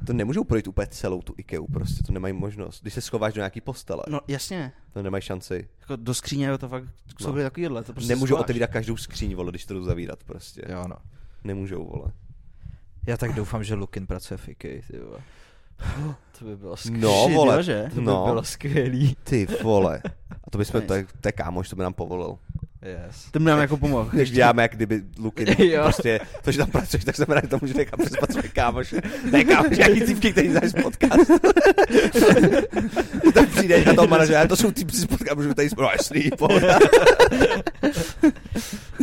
to nemůžou projít úplně celou tu IKEA, prostě to nemají možnost. Když se schováš do nějaký postele, no. No jasně. to nemají šanci. Jako do skříně jo, to fakt jsou No. no. takovýhle. To prostě Nemůžou schováš. otevírat každou skříň, vole, když to jdou zavírat prostě. Jo, no. Nemůžou, vole. Já tak doufám, že Lukin pracuje v IKEA, ty vole. To by bylo skvělé. No, Shit, vole. jo, že? To by no. bylo skvělý. Ty vole. A to bychom, Nice. to, je, to je kámoš, to by nám povolil. Yes. Ten by nám jako pomohl. Když děláme, jak kdyby Luky, Jo. prostě, to, že tam pracuješ, tak znamená, že tam může nechat přespat své kámoše. Ne kámoš, nějaký cívky, který znáš z podcastu. tak přijdeš na toho manažera, to jsou týpci z podcastu, že tady jsme, no jasný, pohoda.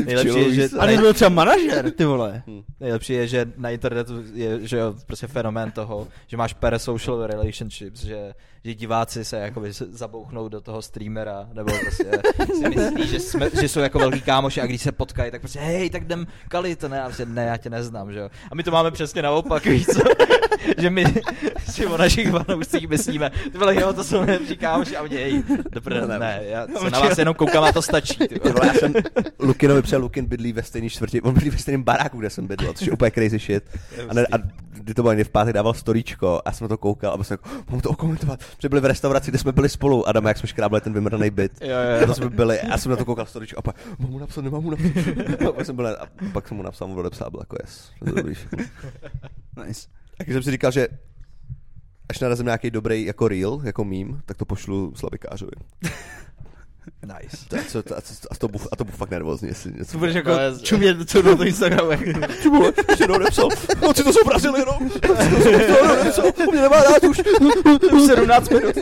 Nejlepší je, že, Včilový A nej, nebo byl třeba manažer, ty vole. nejlepší je, že na internetu je že jo, prostě fenomén toho, že máš parasocial relationships, že, že diváci se jakoby se zabouchnou do toho streamera, nebo prostě si myslí, že, jsme, že jsou jako velký kámoši a když se potkají, tak prostě hej, tak jdem kalit, ne, a prostě, ne, já tě neznám, že jo. A my to máme přesně naopak, víš co? že my si o našich fanoušcích myslíme, ty vole, jo, to jsou nejlepší kámoši a mě, hej, dobré, Ne, ne. ne, já se na vás jenom koukám a to stačí, ty Ty vole. vole, já jsem Lukinovi přel Lukin bydlí ve stejné čtvrti, on bydlí ve stejném baráku, kde jsem bydlel, což je úplně crazy shit. A, ne, a kdy to bylo někdy v pátek, dával storíčko a jsem na to koukal a byl jsem jako, mám to okomentovat, protože byli v restauraci, kde jsme byli spolu, Adam, jak jsme škrábali ten vymrdaný byt. Jo, jo, jo. To jsme byli, a jsem na to koukal storíčko a pak, mám mu napsat, nemám mu napsat. A pak jsem, byl, a pak jsem mu napsal, mu odepsal, a byl jako yes, to je dobrý všechno. Nice. A když jsem si říkal, že až narazím na nějaký dobrý jako reel, jako mím, tak to pošlu slabikářovi. Nice. To- A, co, to- a, co- a, to, bu- a to budu fakt nervózní, jestli něco. To budeš jako To je- čumět co do toho Instagramu. jak- Ty vole, ještě jednou nepsal. No, si to zobrazil jenom. Noci to zobrazil, jenom nepsal. On mě nemá rád už. Už 17 minut.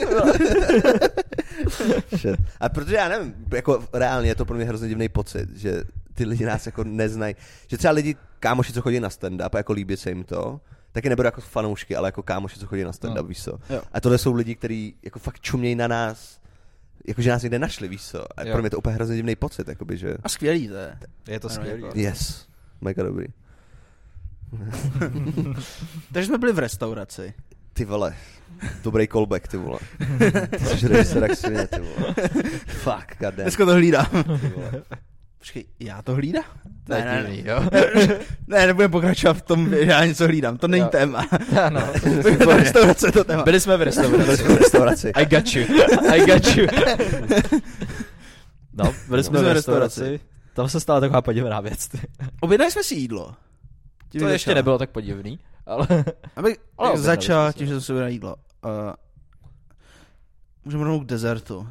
Shit. A protože já nevím, jako reálně je to pro mě hrozně divný pocit, že ty lidi nás jako neznají. Že třeba lidi, kámoši, co chodí na stand-up a jako líbí se jim to, taky nebudu jako fanoušky, ale jako kámoši, co chodí na stand-up, No. víš co. Jo. A tohle jsou lidi, kteří jako fakt čumějí na nás, jakože nás někde našli, víš co. A Jo. pro mě je to úplně hrozně divný pocit, jakoby, že... A skvělý to je. Je to Ano, skvělý. jako- Yes, mega dobrý. Takže jsme byli v restauraci. Ty vole, dobrý callback, ty vole. Ty jsi režisér jak svině, ty vole. Fuck, goddamn, Dneska to hlídám. ty vole. Počkej, já to hlídám? To je divný, jo. Ne, nebudem pokračovat v tom, že já něco hlídám, to není Jo. téma. Ano. To je restaurace to téma. Byli jsme v restauraci. Jsme v restauraci. I got you. I got you. No, byli jsme v restauraci. Tam se stala taková podivná věc. ty. Objednali jsme si jídlo. Tím To jak ještě začala. nebylo tak podivný, ale... Abych Ale jak objednali začal jsme si. tím, že jsem si objednal jídlo. Uh, můžeme rovnou k desertu.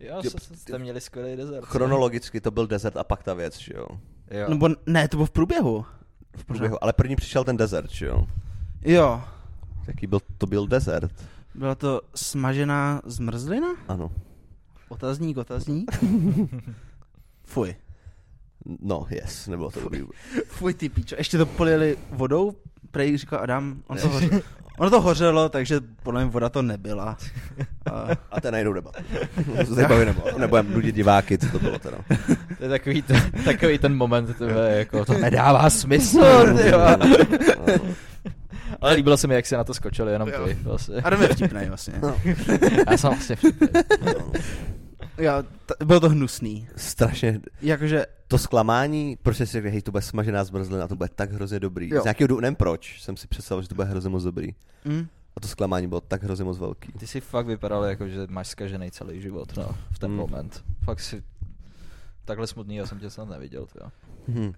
Jo, Jo, se- jste měli skvělý dezert. Chronologicky to byl desert a pak ta věc, že jo. Jo. Nebo ne, to bylo v průběhu. V průběhu, ale první přišel ten desert, že jo. Jo, Jaký byl, to byl desert. byla to smažená zmrzlina? Ano. Otazník, otazník. Fuj. No, yes, nebylo to dobrý. Fuj ty píčo, ještě to polili vodou, prej říkal Adam, on to hořelo. Ono to hořelo, takže podle mě voda to nebyla. A, A to je najednou debatu. To se teď bavíme, nebudem nudit diváky, co to bylo teda. To je takový ten, takový ten moment, tebe, jako, to nedává smysl, ty jo. No, Ale líbilo se mi, jak se na to skočili, jenom ty. Vlastně. Adam je vtipnej vlastně. No. Já jsem vlastně vtipný. Já, t- bylo to hnusný. Strašně, Jakože, to zklamání, prostě si řekl, hej, to bude smažená zmrzlina, to bude tak hrozně dobrý. Jo. Z nějakého důvodu, nevím proč, jsem si představil, že to bude hrozně moc dobrý. hm, A to zklamání bylo tak hrozně moc velký. Ty si fakt vypadal jako, že máš skažený celý život, no, v ten Mm. mm. moment. Fakt si takhle smutný, já jsem tě snad neviděl, jo. Hm.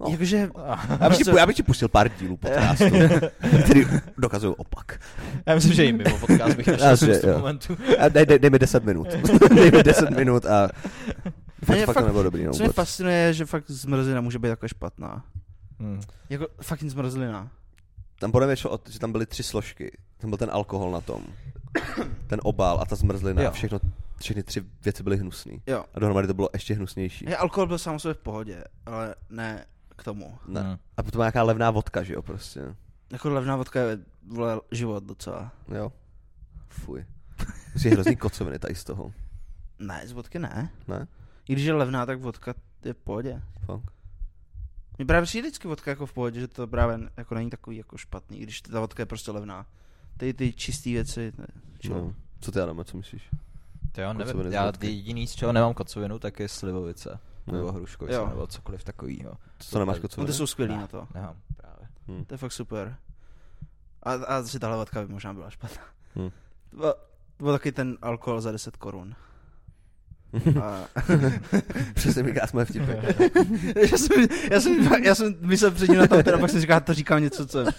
No. jakože, Ah, Já Prostě- bych, ti, já bych ti pustil pár dílů podcastu, který dokazují opak. Já myslím, že i mimo podcast bych Já, že našel spoustu jo. momentů. A dej, dej, dej mi 10 minut. dej mi 10 minut a... Fakt, mě fakt, to fakt- nebylo dobrý. No, co mě vůbec. fascinuje, že fakt zmrzlina může být jako špatná. Hmm. Jako fucking zmrzlina. Tam podle mě šlo, o to, že tam byly tři složky. Tam byl ten alkohol na tom, ten obal a ta zmrzlina. Jo. A všechno, všechny tři věci byly hnusné. Jo. A dohromady to bylo ještě hnusnější. Hej, alkohol byl sám o sobě v pohodě, ale ne k tomu. Ne. Hmm. A potom nějaká levná vodka, že jo, prostě. Jako levná vodka je vole, život docela. Jo. Fuj. Jsi hrozný kocoviny tady z toho, Ne, z vodky ne. ne? I když je levná, tak vodka je v pohodě. Fakt. Mně právě přijde vždycky vodka jako v pohodě, že to právě jako není takový jako špatný, když ta vodka je prostě levná. Ty, ty čistý věci, to je chill. No. Co ty, Adame, co myslíš? To já nevím, Kocoviny z já vodky. jediný, z čeho nemám kocovinu, tak je slivovice. Nebo Jo. hruškovice, Jo. nebo cokoliv takovýho. Co nemáš No, kocoviny? ty jsou skvělí na to. Nemám právě. Hm. To je fakt super. A, a si tahle vodka by možná byla špatná. Hm. To byl- To byl taky ten alkohol za 10 korun. A... Přesně mi jsme vtipy. já, jsem, já, jsem, fakt- já jsem myslel předtím na to, teda pak jsem říkal, to říkám něco, co... pak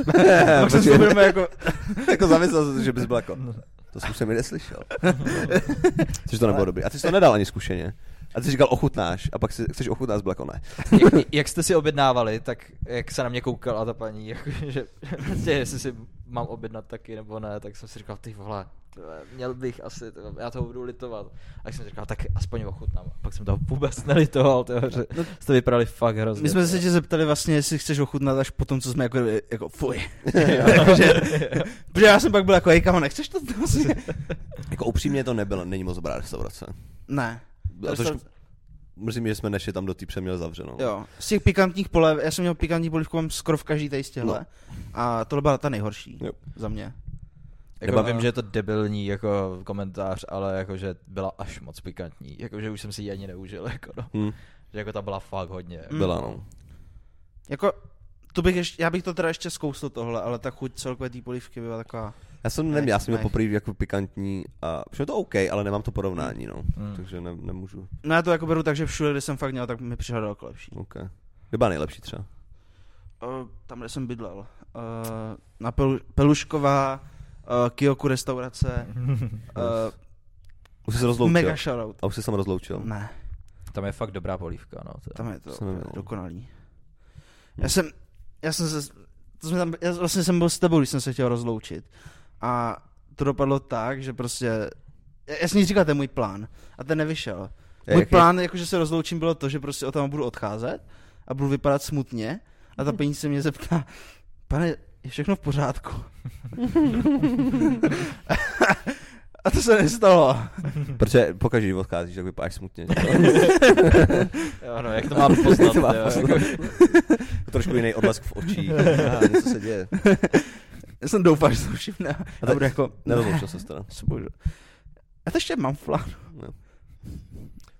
jsem si Počkej. uvědomil jako... jako zamyslel jsem se, že bys byl jako, to jsem se mi neslyšel. Což to nebylo dobrý. A ty jsi to nedal ani zkušeně. A ty jsi říkal ochutnáš a pak si, chceš ochutnat byl jako ne. jak, jak jste si objednávali, tak jak se na mě koukala ta paní, jako, že prostě jestli si mám objednat taky nebo ne, tak jsem si říkal, ty vole, tyhle, měl bych asi, tyhle, já toho budu litovat. A jsem říkal, tak aspoň ochutnám. A pak jsem toho vůbec nelitoval, tyhle, že jste vypadali fakt hrozně. No, My jsme se tě zeptali vlastně, jestli chceš ochutnat až potom, co jsme jako, jako fuj. Jakože, protože já jsem pak byl jako, hej kamo, nechceš to? Jako upřímně to nebylo, není moc dobrá restaurace. ne. A trošku, mrzí mě, že jsme nešli tam do té přeměl zavřenou. Jo, z těch pikantních polev, já jsem měl pikantní polivku, mám skoro v každý tady z těhle. No. No. A tohle byla ta nejhorší Jo. jo. za mě. Jako Nebo- vím, že je to debilní jako komentář, ale jako, že byla až moc pikantní. Jako, že už jsem si ji ani neužil. Jako, no. Hm, Že jako ta byla fakt hodně. Mm. byla no. Jako, to bych ještě, já bych to teda ještě zkousl tohle, ale ta chuť celkové té polivky byla taková... Já jsem nevím, já jsem měl Ne. poprvé jako pikantní a přišlo to OK, ale nemám to porovnání, no. Mm. Takže ne, nemůžu. No já to jako beru tak, že všude, kde jsem fakt měl, tak mi přišla daleko lepší. OK. Kde byla nejlepší třeba? Uh, tam, kde jsem bydlel. Uh, na Pelu- Pelušková, uh, Kioku restaurace, uh, Už jsi se rozloučil. mega shoutout. A už jsi se tam rozloučil. Ne, Tam je fakt dobrá polívka. No, to. tam je to Jsem nebyl. dokonalý. Hm. Já jsem, já jsem se, to jsme tam, já vlastně jsem byl s tebou, když jsem se chtěl rozloučit. A to dopadlo tak, že prostě, já, já jsem jí říkal, to je můj plán. A ten nevyšel. Můj Jak- plán, jakože se rozloučím, bylo to, že prostě o tam budu odcházet a budu vypadat smutně a ta paní se mě zeptá, pane, je všechno v pořádku? a to se nestalo. Protože pokaždé, když odcházíš, tak vypadáš smutně. Jo, no, jak to mám poznat? To má jo, poznat. jako- Trošku jiný odlesk v očích. Ah, něco se děje. Já jsem doufal, že se to všimne. A teď- to bude jako, Nerozloučil se teda. co budu? Já to ještě mám v plánu.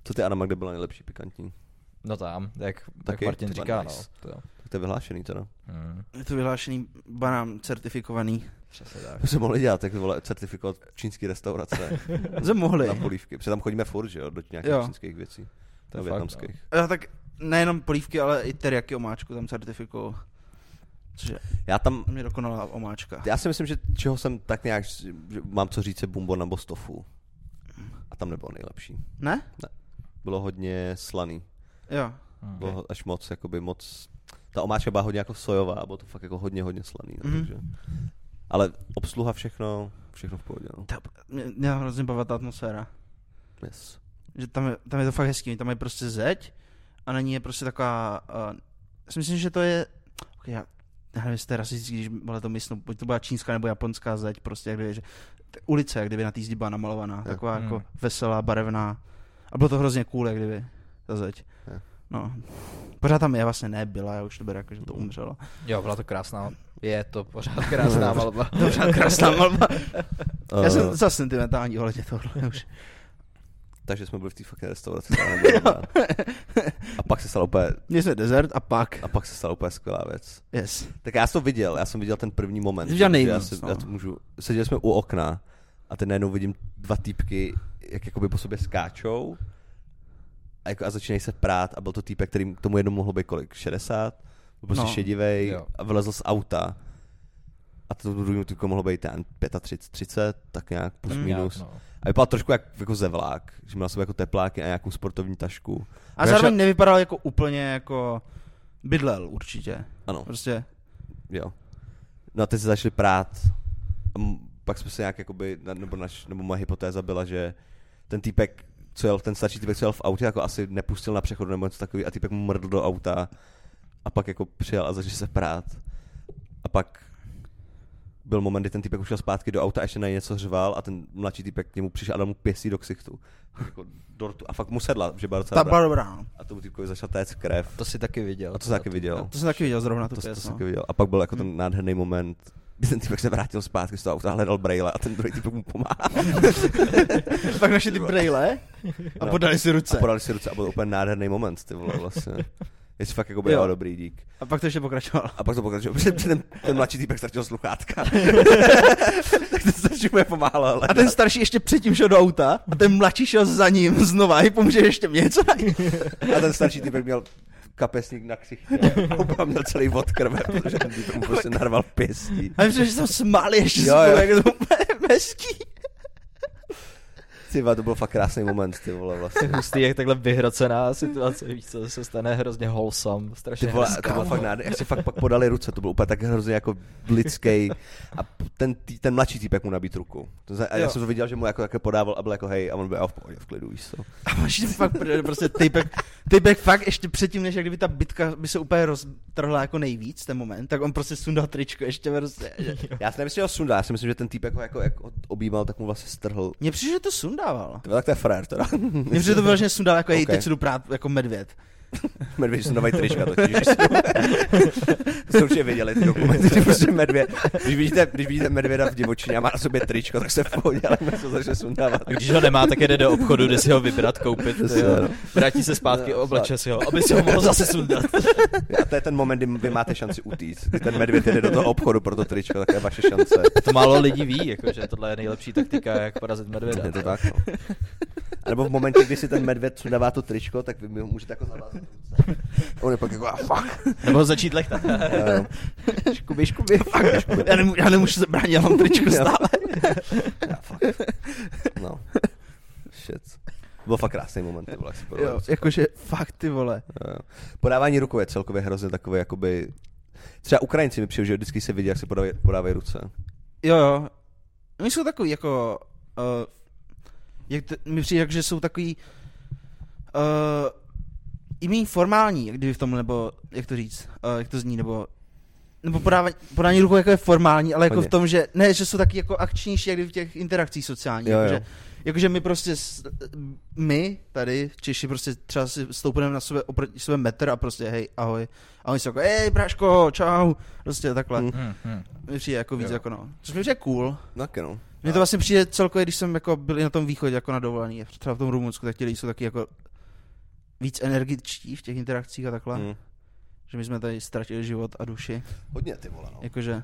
Co ty, Adama, kde byla nejlepší pikantní? No tam, jak, jak Taky, Martin to je říká, nice. no. To jo. Tak to je vyhlášený teda. Hmm, Je to vyhlášený banán certifikovaný. přesně tak. To se mohli dělat, tak vole, certifikovat čínský restaurace Jsme mohli. na polívky. Protože tam chodíme furt, že jo, do nějakých Jo. čínských věcí. To To je fakt, větnamských. Jo, tak nejenom polívky, ale i teriyaki omáčku tam certifikou. Což je Já tam, na mě dokonalá omáčka. já si myslím, že čeho jsem tak nějak, že mám co říct, je bumbo nebo stofu. A tam nebylo nejlepší. Ne? Bylo hodně slaný. Jo. Hmm. Bylo až moc, jakoby moc... Ta omáčka byla hodně jako sojová, a bylo to fakt jako hodně, hodně slaný. No, Mhm. takže. Ale obsluha všechno, všechno v pohodě. No. Ta, mě, mě hrozně baví ta atmosféra. Yes. Že tam je, tam je to fakt hezký, oni tam je prostě zeď a na ní je prostě taková... Uh, já si myslím, že to je... Okay, já, já nevím, jestli to je rasistický, když byla to myslím, buď to byla čínská nebo japonská zeď, prostě jak kdyby, že t- ulice, jak kdyby na té zdi byla namalovaná, Jo. taková Hmm. jako veselá, barevná. A bylo to hrozně cool, jak kdyby, ta zeď. Jo. No. Pořád tam je vlastně nebyla, já už to beru jako, že to Mm. umřelo. Jo, byla to krásná. Je to pořád krásná malba. Dobře, krásná malba. Já Eh, jsem za sentimentální ohledně tohle už. Takže jsme byli v té fucking restauraci. která nebyla dobrá. a pak se stalo úplně, Měli jsme desert a pak. a pak se stala úplně skvělá věc. Yes. Tak já jsem to viděl, já jsem viděl ten první moment. Jsi viděl protože já, nejvíc, se, no. já to můžu, seděli jsme u okna a teď najednou vidím dva týpky, jak jakoby po sobě skáčou a, jako, a začínají se prát a byl to týpek, který tomu jednomu mohlo být kolik, 60? Byl Prostě no. No. šedivej Jo. a vylezl z auta a to druhému týpku mohlo být ten 35, 30, tak nějak plus Mm, mm, Nějak, minus. no. A vypadal trošku jak, jako zevlák, že měl na sobě jako tepláky a nějakou sportovní tašku. A zároveň nevypadal jako úplně jako bydlel určitě. Ano, Prostě jo. No a teď se začali prát. A m- pak jsme se nějak jakoby, na- nebo, naš, nebo moje hypotéza byla, že ten týpek, co jel, ten starší týpek, co jel v autě, jako asi nepustil na přechodu nebo něco takový a týpek mu mrdl do auta a pak jako přijel a začal se prát. A pak byl moment, kdy ten týpek ušel zpátky do auta a ještě na něj něco řval a ten mladší týpek k němu přišel a dal mu pěstí do ksichtu. Jako dortu. A fakt mu sedla, že byla docela Ta byla dobrá. dobrá. no. A tomu týpkovi začala téct krev. To si taky viděl. A to jsem taky viděl. To jsem taky viděl zrovna tu To, to pěs, jsem no. taky viděl. A pak byl jako ten nádherný moment, kdy ten týpek se vrátil zpátky z toho auta, hledal brejle a ten druhý týpek mu pomáhá. Pak našli ty brejle a No. podali si ruce. A podali si ruce a byl úplně nádherný moment, ty vole, vlastně. Jestli fakt jako Jo. byl dobrý dík. A pak to ještě pokračovalo. A pak to pokračuje, protože ten, ten mladší týpek ztratil sluchátka. tak ten starší mu je pomáhal, ale... A ten starší ještě předtím šel do auta a ten mladší šel za ním znova, i pomůže ještě mě něco najít. a ten starší týpek měl kapesník na ksichtě a úplně měl celý od krve, protože ten týpek mu prostě narval pěstí. A myslím, že jsem smáli ještě Jo, spolu, jo. jak je to úplně hezký. Ty vole, to byl fakt krásný moment, ty vole, vlastně. Hustý, jak takhle vyhrocená situace, víš co, se stane hrozně wholesome, strašně Ty vole, hezká. to bylo fakt nádherný. Jak si fakt pak podali ruce, to bylo úplně tak hrozně jako lidský. A p- ten, tý, ten mladší týpek mu nabít ruku. To za, a já Jo. jsem to viděl, že mu jako také podával a byl jako hej, a on byl "Já v pohodě, v klidu, víš co. A máš ty fakt prdele, prostě typek, typek fakt ještě předtím, než jak kdyby ta bitka by se úplně roztrhla jako nejvíc ten moment, tak on prostě sundal tričko ještě prostě. Že... Já si nemyslím, že ho sundá, já si myslím, že ten týpek ho jako, jako objímal, tak mu vlastně strhl. Mně přijde, že to sundával. Ty vole, tak to je frajer, teda. Mně přijde, že to vyloženě sundal jako, hej, Okay. teď si jdu prát jako medvěd. Medvědi jsou nové trička totiž. to jste určitě viděli ty dokumenty, ty prostě medvěd. Když vidíte, když vidíte medvěda v divočině a má na sobě tričko, tak se v pohodě, ale my se začne sundávat. A když ho nemá, tak jde do obchodu, jde si ho vybrat, koupit. Přesně, jo. no. Vrátí se zpátky, No, obleče si ho, aby si ho mohl zase sundat. A to je ten moment, kdy vy máte šanci utíct. Kdy ten medvěd jde do toho obchodu pro to tričko, tak to je vaše šance. To málo lidí ví, jako, že tohle je nejlepší taktika, jak porazit medvěda. Je to tak, no. A nebo v momentě, kdy si ten medvěd sundává to tričko, tak vy mu můžete jako zavázat ruce. A on je pak jako, a fuck. Nebo ho začít lechtat. Jo. Škuby, škuby. já, nemů, já nemůžu se bránit, já mám tričko stále. Já Ah, fuck. No. Shit. Byl fakt krásný moment, ty vole, jak si podle- Jo, jakože fakt ty vole. Jo, jo. Podávání rukou je celkově hrozně takové, jakoby... Třeba Ukrajinci mi přijde, že vždycky se vidí, jak se podávají, podávají ruce. Jo, jo. My jsou takový jako... Uh, jak to, mi přijde, jako, že jsou takový... Uh, I méně formální, jak kdyby v tom, nebo jak to říct, uh, jak to zní, nebo nebo podávání, podání rukou jako je formální, ale jako Hodně. v tom, že ne, že jsou taky jako akčnější, jak kdyby v těch interakcích sociálních. Jo, jo. Jakože, jakože my prostě, s- my tady, Češi, prostě třeba si stoupneme na sebe, oproti sebe metr a prostě hej, ahoj. A oni jsou jako, hej, bráško, čau, prostě takhle. Hm. Mi přijde jako víc, Jo. jako no. Což mi přijde cool. No, tak no. Mně to vlastně přijde celkově, když jsem jako byl i na tom východě, jako na dovolení, třeba v tom Rumunsku, tak ti lidi jsou taky jako víc energičtí v těch interakcích a takhle. Hm. Že my jsme tady ztratili život a duši. Hodně ty vole, no. Jakože,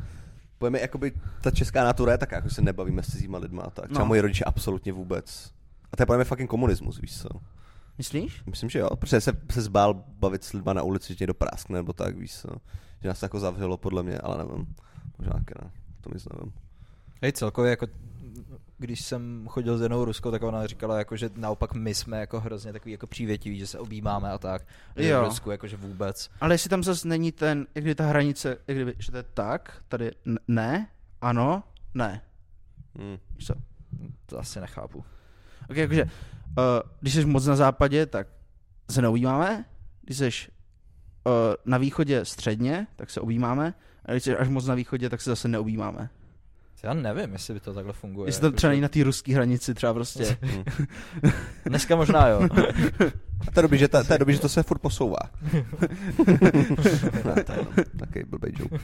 Pojďme, jakoby ta česká natura je tak, jako se nebavíme s cizíma lidma. a Tak. Třeba No. moji rodiče absolutně vůbec. A to je pojďme fucking komunismus, víš co? myslíš? Myslím, že jo, protože se, se zbál bavit s lidma na ulici, že někdo práskne nebo tak, víš co? Že nás to jako zavřelo podle mě, ale nevím. Možná taky ne, to nic nevím. Hej, celkově jako když jsem chodil s jednou Ruskou, tak ona říkala, jako, že naopak my jsme jako hrozně takový jako přívětiví, že se objímáme a tak. Že Jo. V Rusku jakože vůbec. Ale jestli tam zase není ten, jak kdyby ta hranice, jak kdyby, že to je tak, tady n- ne, ano, ne. Hm. Víš co? To asi nechápu. Ok, jakože, uh, když jsi moc na západě, tak se neujímáme, když jsi uh, na východě středně, tak se objímáme, a když jsi až moc na východě, tak se zase neobjímáme. Já nevím, jestli by to takhle funguje. Jako, Jestli to jakože- třeba není na té ruské hranici, třeba prostě. Dneska možná jo. A to je dobrý, že, ta, to, je dobrý, že to se furt posouvá. ne, No, to je jenom takový blbej joke.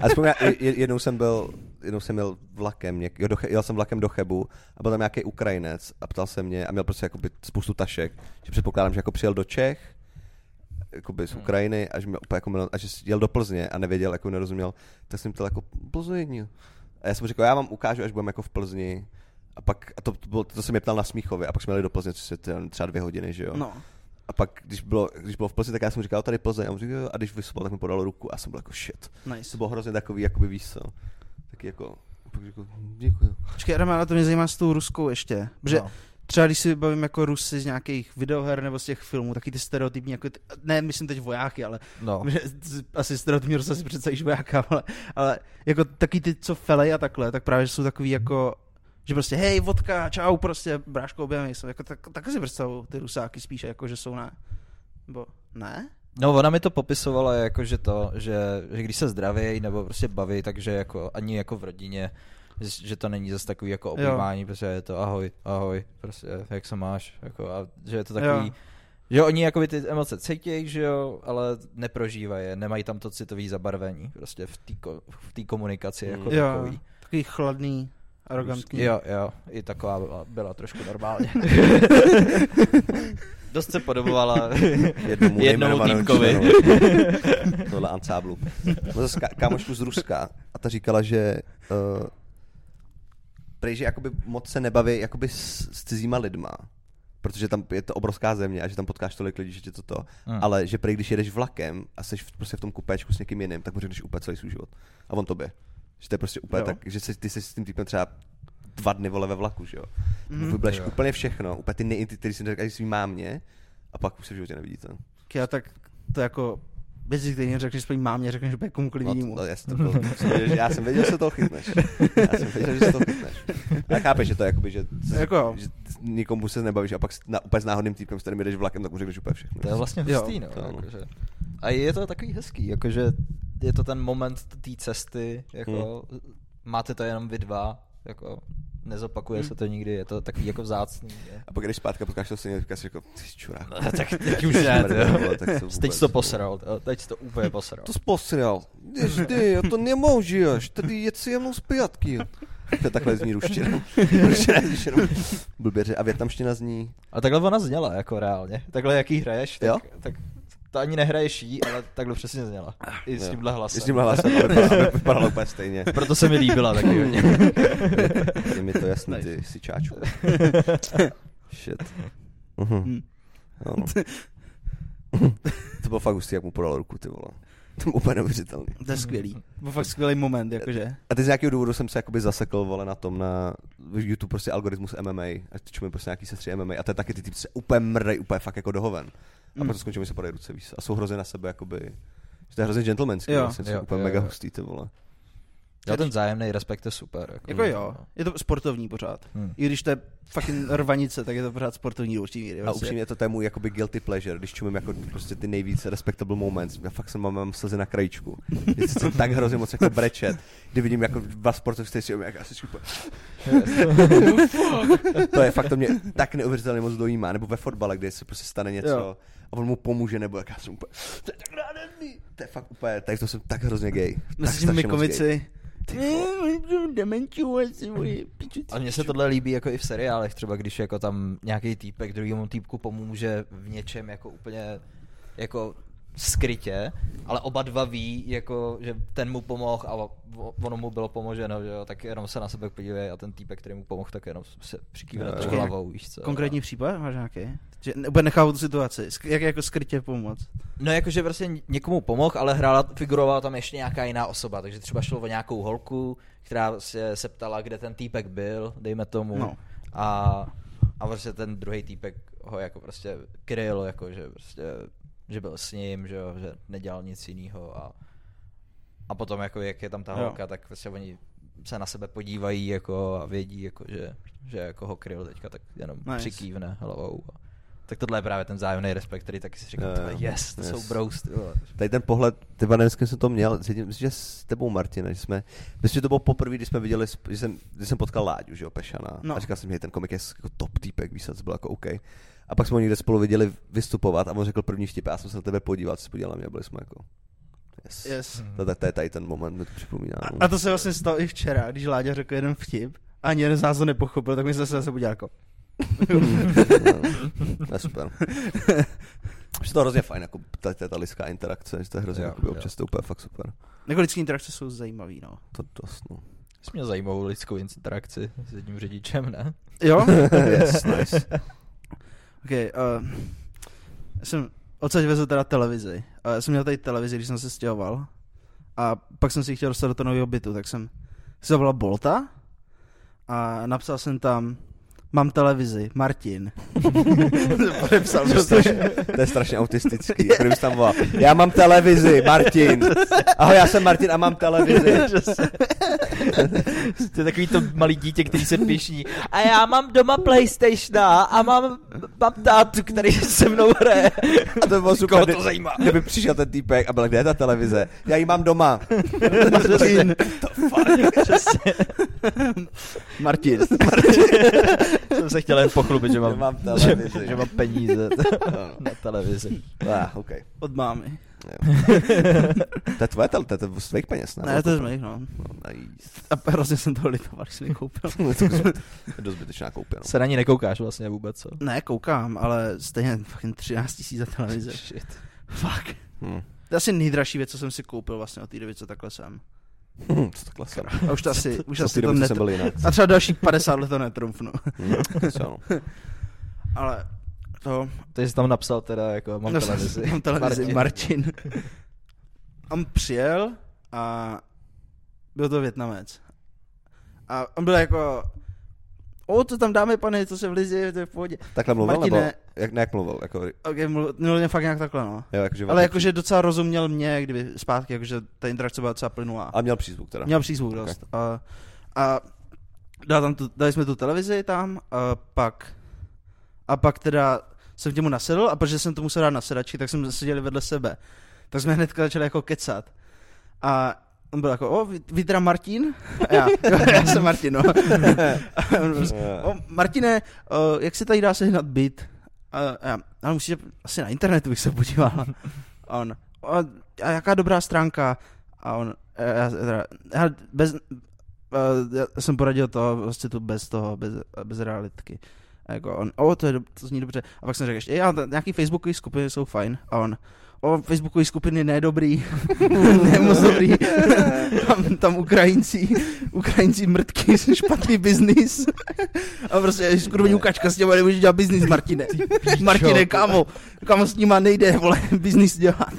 Aspoň já, je- jednou jsem byl, jednou jsem jel vlakem, něk, jo, do, Che- jel jsem vlakem do Chebu a byl tam nějaký Ukrajinec a ptal se mě a měl prostě jakoby spoustu tašek, že předpokládám, že jako přijel do Čech, jakoby z Ukrajiny a že, mě úplně jako mil, a že jel do Plzně a nevěděl, jako nerozuměl, tak jsem ptal jako Plzeň. A já jsem mu řekl, já vám ukážu, až budeme jako v Plzni. A pak, a to, to, bylo, to se mě ptal na Smíchově, a pak jsme jeli do Plzně, což je třeba dvě hodiny, že jo. No. A pak, když bylo, když bylo v Plzni, tak já jsem říkal, tady Plzeň, a on říkal, jo, a když vyspal, tak mi podal ruku a jsem byl jako shit. Nice. To bylo hrozně takový, jakoby víš co, taky jako, pak řekl, děkuji. Počkej, Adam, ale to mě zajímá s tou ruskou ještě. Protože no. No. třeba když si bavím jako Rusy z nějakých videoher nebo z těch filmů, taky ty stereotypní, jako ty, ne, myslím teď vojáky, ale No. že, z- asi stereotypní Rusa si představíš vojáka, ale, ale jako taky ty, co felej a takhle, tak právě že jsou takový jako že prostě hej, vodka, čau, prostě, bráško, objemy, jsou jako tak, tak si představují ty rusáky spíše, jako že jsou na, nebo ne? No, ona mi to popisovala jako, že to, že, že když se zdraví nebo prostě baví, takže jako ani jako v rodině, že- že to není zase takový jako objímání, protože je to ahoj, ahoj, prostě jak se máš, jako a že je to takový, Jo. jo. že oni jako by ty emoce cítějí, že jo, ale neprožívají, je, nemají tam to citový zabarvení, prostě v té ko- v té komunikaci jako Jo. takový. Takový chladný, arrogantní. Jo, jo, i taková byla, byla trošku normálně. Dost se podobovala Jednomu jednomu nejmenovanému týmkovi. členovi. tohle ansáblu. Byl zase ka- kámošku z Ruska a ta říkala, že uh, prej, že jakoby moc se nebaví jakoby s, s cizíma lidma, protože tam je to obrovská země a že tam potkáš tolik lidí, že tě to to, Hmm. hmm. ale že prej, když jedeš vlakem a jsi v, prostě v tom kupéčku s někým jiným, tak mu řekneš úplně celý svůj život. A on tobě. Že to je prostě úplně Jo. jo. tak, že se, ty jsi s tím týpem třeba dva dny vole ve vlaku, že jo. Mhm. Mm. Vybleš Jo. úplně všechno, úplně ty nejinty, který si neřekl ani svým mámě a pak už se v životě nevidíte. Já tak to jako bez který řekneš svojí mámě, řekneš úplně komukoliv No, to, jinému. no, jasně, to, to, jsem věděl, že- já jsem věděl, že se toho chytneš. Já jsem věděl, že se toho chytneš. Ale chápeš, že to je jakoby, že, Jako jo. že nikomu se nebavíš a pak s- na, úplně s náhodným týpem, s kterým jdeš vlakem, tak mu řekneš úplně všechno. To je vlastně Jo. hustý, no. To ano. Jakože. A je to takový hezký, jakože je to ten moment té cesty, jako máte to jenom vy dva, jako nezopakuje se to nikdy, je to takový jako vzácný. Je. A pak když zpátky a potkáš to s ním, říkáš jako, ty čurák. No, tak teď už ne, Smrde, vole, tak to Teď vůbec, jsi to vole. posral, jo, teď jsi to úplně posral. To sposral. Jdeš ty, já to nemůžeš, tady je si jenom zpátky. To je takhle zní ruština. Ruština, když jenom blbě řek- A větnamština zní... A takhle ona zněla, jako reálně. Takhle jaký hraješ, tak, Jo. tak to ani nehraješ jí, ale takhle přesně zněla. I s Jo. tímhle hlasem. S tímhle hlasem, aby vypadala- aby vypadala úplně stejně. Proto se mi líbila taky hodně. Je mi to jasný, Nice. ty si čáčku. Shit. Mhm. Jo, no. to bylo fakt hustý, jak mu podal ruku, ty vole. To bylo úplně neuvěřitelný. To je skvělý. Byl fakt skvělý moment, jakože. A teď z nějakého důvodu jsem se jakoby zasekl, vole, na tom, na YouTube prostě algoritmus MMA, a teď čumím prostě nějaký sestři MMA, a to je taky ty typci se úplně mrdej, úplně fakt jako dohoven. A Mm. proto skončíme se podají ruce víc. A jsou hrozně na sebe, jakoby, že to je hrozně gentlemanský, Jo. vlastně, Jo, jo, úplně jo, jo, mega jo. hustý, ty vole. Jo, ten zájemný respekt je super. Jako, Jako jo, no. je to sportovní pořád. Hmm. I když to je fucking rvanice, tak je to pořád sportovní do určitý míry. A prostě. upřímně to je můj jakoby guilty pleasure, když čumím jako prostě ty nejvíce respectable moments. Já fakt jsem mám, mám slzy na krajičku. Když se tak hrozně moc jako brečet, kdy vidím jako dva sportovci, si jak asi šupa. to je fakt, to mě tak neuvěřitelně moc dojímá. Nebo ve fotbale, kde se prostě stane něco Jo. a on mu pomůže, nebo jak já jsem úplně, to je tak nádherný. To je fakt úplně, tak to jsem tak hrozně gay. Tak Myslíš, že my strašně moc gay. komici... Ty Dementiu, asi moje piču. A mně se tohle líbí jako i v seriálech, třeba když jako tam nějaký týpek druhému týpku pomůže v něčem jako úplně jako skrytě, ale oba dva ví, jako, že ten mu pomohl a o- ono mu bylo pomoženo, že jo, tak jenom se na sebe podívej a ten týpek, který mu pomohl, tak jenom se přikýve Jo, na to jo. hlavou, víš co. Konkrétní případ máš nějaký? Že nebo nechávat tu situaci, sk- jak jako skrytě pomoct. No jakože prostě někomu pomohl, ale hrála, figurovala tam ještě nějaká jiná osoba, takže třeba šlo o nějakou holku, která se, se ptala, kde ten týpek byl, dejme tomu. No. A, a prostě ten druhý týpek ho jako prostě kryl, jako že prostě, že byl s ním, že, jo, že nedělal nic jiného a, a potom jako jak je tam ta Jo. holka, tak prostě oni se na sebe podívají jako a vědí jako, že, že jako ho kryl teďka, tak jenom Nice. nice. přikývne hlavou. A, tak tohle je právě ten zájemný respekt, který taky si říkám, Jo, tyhle, jo. yes, to Yes. jsou bros, ty vole. Tady ten pohled, ty pane, dneska jsem to měl, s jedním- myslím, že s tebou, Martina, že jsme, myslím, že to bylo poprvé, když jsme viděli, sp- že jsem, když jsem potkal Láďu, že jo, Pešana, No. no. a říkal jsem, že ten komik je s- jako top týpek, víš, co, to bylo jako OK. A pak jsme ho někde spolu viděli vystupovat a on řekl první vtip, a já jsem se na tebe podíval, ty jsi se podíval na mě, a byli jsme jako, yes. Yes. To, to, to, je tady ten moment, mi to připomíná. A, no. a, to se vlastně stalo i včera, když Láďa řekl jeden vtip a ani jeden z nás to nepochopil, tak my jsme se zase udělali jako... No, to je super. Že to je hrozně fajn, jako ta, ta, ta lidská interakce, že to je hrozně, Jo, jakoby jo. občas to je úplně fakt super. Jako lidské interakce jsou zajímavý, no. To dost, no. Jsi měl zajímavou lidskou interakci s jedním řidičem, ne? Jo? yes, nice. Ok, uh, já jsem odsaď vezl teda televizi. Uh, já jsem měl tady televizi, když jsem se stěhoval. A pak jsem si ji chtěl dostat do toho nového bytu, tak jsem si zavolal Bolta a napsal jsem tam Mám televizi, Martin. Podepsal to, je strašně, to je strašně autistický. Kdyby jsi tam volal, já mám televizi, Martin. Ahoj, já jsem Martin a mám televizi. to je takový to malý dítě, který se pišní. A já mám doma Playstationa a mám, mám tátu, který se mnou hraje. A to bylo super. Koho to kdy- zajímá? Kdyby přišel ten týpek a byl, kde je ta televize? Já ji mám doma. Martin. Martin. Jsem se chtěl jen pochlubit, že Že mám, mám televizi. No. že, že mám peníze na televizi. Ah, okay. Od mámy. To je tvoje, tel- to je to z tvých peněz, ne? Ne, to je z mých, no. No, nice. A hrozně jsem toho litoval, že jsem ji koupil. To je zbyt- to je dost zbytečná koupě, no. Se na ní nekoukáš vlastně vůbec, co? Ne, koukám, ale stejně fucking 13 tisíc za televize. Shit. Fuck. Hm. To je asi nejdražší věc, co jsem si koupil vlastně od té doby, co takhle jsem. Hm, to takhle jsem. A už to asi, už Co asi ty to doby, co net... jsem byl jinak. A třeba dalších 50 let to netrumfnu. Hm, co, no. Ale to... Ty jsi tam napsal teda jako, mám No, televizi. Mám televizi, Martin. Martin. Martin. on přijel a byl to Větnamec. A on byl jako... O, to tam dáme, pane, to se vlizí, to je v pohodě. Takhle mluvil, nebo? Martine. Jak, ne, jak mluvil? Jako, Ok, mluvil, mluvil mě fakt nějak takhle, no. jo, jakože Ale jakože docela rozuměl mě, kdyby zpátky, jakože ta interakce byla docela plynulá. A měl přízvuk teda. Měl přízvuk Ok. dost. A, a dal tam tu, dali jsme tu televizi tam a pak, a pak teda jsem k němu nasedl a protože jsem to musel dát na sedačky, tak jsme seděli vedle sebe. Tak jsme hnedka začali jako kecat. A on byl jako, o, vy, vy teda Martin? A já, jo, já jsem Martin, no. A on prostě, o, Martine, o, jak se tady dá sehnat byt? A, a já, ale musíš, asi na internetu bych se podíval. A on, a, a jaká dobrá stránka? A on, a já, teda, já, bez, a, já jsem poradil to, vlastně tu bez toho, bez, bez realitky. A jako on, o, to, je, dob- to zní dobře. A pak jsem řekl ještě, já, nějaký facebookový skupiny jsou fajn. A on, o, facebookový skupiny nedobrý, ne moc dobrý. tam, tam Ukrajinci, Ukrajinci mrtky, špatný biznis. A prostě, skurvení ukačka s těma nemůže dělat biznis, Martine. Martine, kámo, kámo s nima nejde, vole, biznis dělat.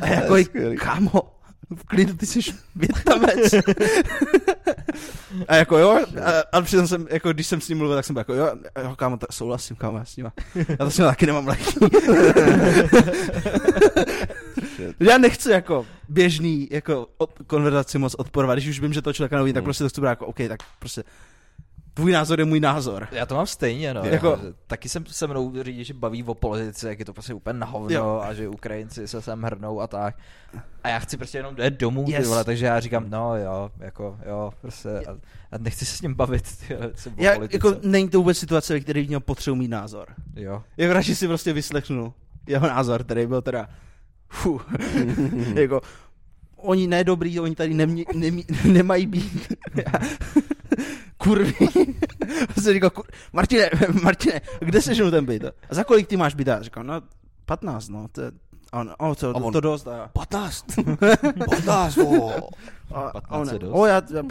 A jako, je skvělý. kámo, v klidu, ty jsi větnamec. a jako jo, a, a přitom jsem, jako když jsem s ním mluvil, tak jsem byl jako jo, jo kámo, to souhlasím, kámo, já s nima. Já to s nima taky nemám lehký. já nechci jako běžný jako od, konverzaci moc odporovat, když už vím, že toho člověka neumím, tak prostě to chci brát jako OK, tak prostě tvůj názor je můj názor. Já to mám stejně, no. Jako- Jako, taky jsem se mnou lidi, že baví o politice, jak je to prostě úplně na hovno Jo. a že Ukrajinci se sem hrnou a tak. A já chci prostě jenom dojet domů, yes. Yes. ty vole, takže já říkám, no jo, jako jo, prostě a, a nechci se s ním bavit, ty vole, co o Já, politice. jako není to vůbec situace, ve které bych měl potřebu mít názor. Jo. Jako radši si prostě vyslechnu jeho názor, který byl teda, fu, jako, oni nedobrý, oni tady nemě, nemí, nemají být. Kurvy. A jsem říkal, kur... Martine, Martine, kde se ženu ten byt? A za kolik ty máš byt? A říkal, no 15, no. To je... A on, o, to, A on- to, to dost. A, já- 15. 15, o. a, a 15 on, je dost. o, já, já,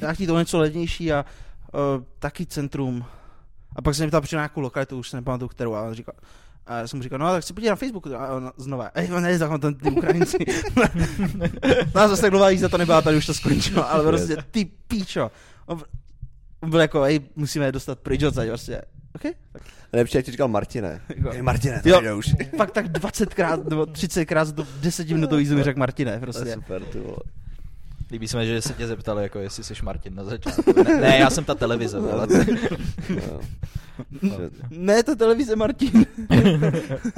já ti to něco lednější a uh, taky centrum. A pak se mě ptal při nějakou lokalitu, už se nepamatuju kterou, a on říkal, a já jsem mu říkal, no tak se podívej na Facebooku, a on znova, ej, on je tam ten ty Ukrajinci. Nás zase tak dlouhá jízda to nebyla, tady už to skončilo, ale prostě ty píčo. On, on byl jako, ej, musíme je dostat pryč odsaď, prostě. OK? Tak, Ne, protože jak ti říkal Martine. Jako- Hej, Martine, to Jo. jde už. pak tak 20krát nebo 30krát za tu 10 minutovou jízdu mi řekl Martine, To je prostě. super, ty vole. Líbí se mi, že se tě zeptali, jako jestli jsi Martin na začátku. Ne, ne já jsem ta televize, vole. Jo. Ne, to televize Martin.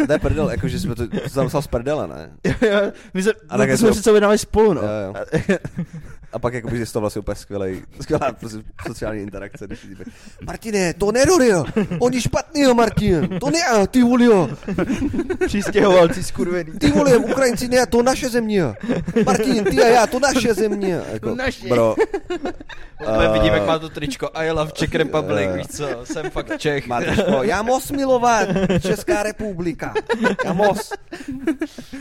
To je prdel, jakože jsme to, to tam psal z prdele, ne? Jo, jo, My se, A a tak tak je no, jsme to- přece uvědomili spolu, no. Jo, jo. A pak jakoby je to vlastně úplně skvělej, skvělá prostě sociální interakce, když ti Martine, to nerodio, oni špatný, jo, Martin, to ne, ty vole, jo. Přistěhovalci skurvený. ty vole, Ukrajinci, ne, to naše země, Martin, ty a já, to naše země, jako, To naše. bro, Úplně A- vidím, jak má to tričko I love Czech Republic, Jo. víš co, jsem fakt Čech. máte špo, já moc milovat, Česká republika, já moc,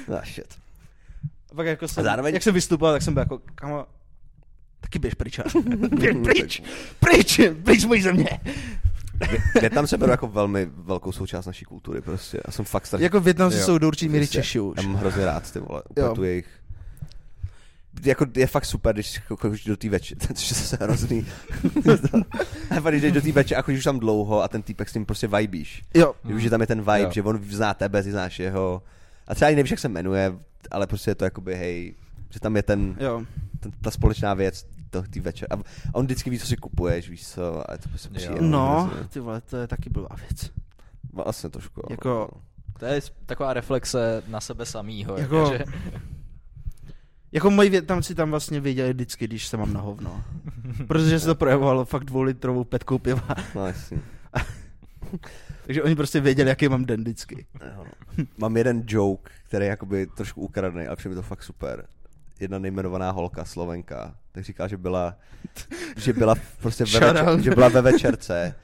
no shit, A pak jako jsem, zároveň- zároveň... jak jsem vystupoval, tak jsem byl jako, kamo, taky běž pryč, ale. běž pryč, pryč, pryč z mojí země. Vě- Větnam se beru jako velmi velkou součást naší kultury prostě, já jsem fakt strašně, Jako Větnamci Jo. jsou do určitý míry Prostě, Češi už. Já mám hrozně rád ty vole, úplně Jo. tu jejich jako je fakt super, když cho- chodíš do té večer, což je zase hrozný. a fakt, když jdeš do té večer a chodíš už tam dlouho a ten týpek s ním prostě vibíš. Jo. Že už je tam je ten vibe, Jo. že on zná tebe, ty znáš jeho. A třeba ani nevíš, jak se jmenuje, ale prostě je to jakoby, hej, že tam je ten, Jo. ten ta společná věc to ty večer. A a on vždycky ví, co si kupuješ, víš co, a je to prostě Jo. příjemné. No, hrozně. ty vole, to je taky blbá věc. Vlastně trošku. ano. Jako- To je taková reflexe na sebe samýho. Jako- jakože. Jako moji Větnamci tam vlastně věděli vždycky, když se mám na hovno. Protože se to projevovalo fakt dvoulitrovou petkou piva. No, jasně. Takže oni prostě věděli, jaký mám den vždycky. Jo, no. Mám jeden joke, který je jakoby trošku ukradený, ale přijde mi to fakt super. Jedna nejmenovaná holka, Slovenka, tak říká, že byla, že byla prostě ve, Shout večer, out. že byla ve večerce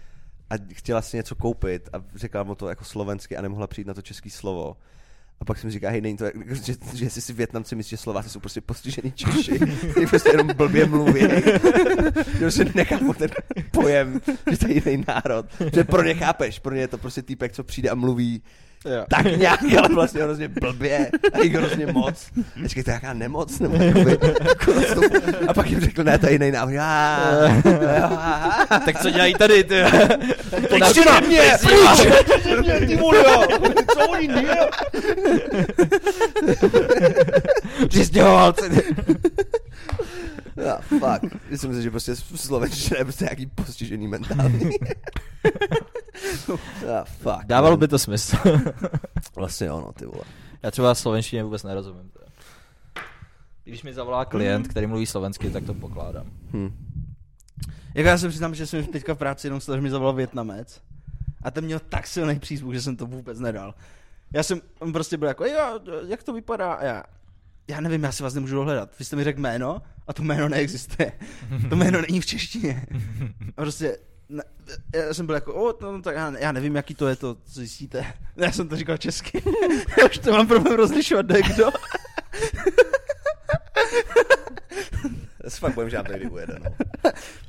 a chtěla si něco koupit a říkala mu to jako slovensky a nemohla přijít na to český slovo. A pak jsem říká, hej, není to, jak- že, že jestli si Větnamci myslí, že Slováci jsou prostě postižený Češi, kteří prostě jenom blbě mluví. že si nechápu ten pojem, že to je jiný národ. Že pro ně chápeš, pro ně je to prostě týpek, co přijde a mluví Jo. tak nějak, ale vlastně hrozně blbě a jich hrozně moc. Vždycky to je jaká nemoc, nebo jakoby, konec tomu. a pak jim řekl, ne, to je jiný návrh. tak co dělají tady, ty? Teď si na mě, pryč! Že mě, ty vole, jo. co oni dělají? Přistěhovalci. No, fuck. Myslím si, že prostě slovenčina je prostě nějaký postižený mentální. No, fuck. Dávalo by to smysl. Vlastně ono, ty vole. Já třeba slovenštině vůbec nerozumím. Teda. Když mi zavolá klient, který mluví slovensky, tak to pokládám. Hm. Jako já se přiznám, že jsem teďka v práci jenom slyšel, že mi zavolal Větnamec. A ten měl tak silný přízvuk, že jsem to vůbec nedal. Já jsem on prostě byl jako, jo, jak to vypadá? A já, já nevím, já si vás nemůžu dohledat. Vy jste mi řekl jméno a to jméno neexistuje. To jméno není v češtině. A prostě, ne, já jsem byl jako, o, no, no, tak já, já, nevím, jaký to je to, co zjistíte. Já jsem to říkal česky. Já už to mám problém rozlišovat, kdo je kdo. Já se fakt bojím, že nám to někdy ujede, no.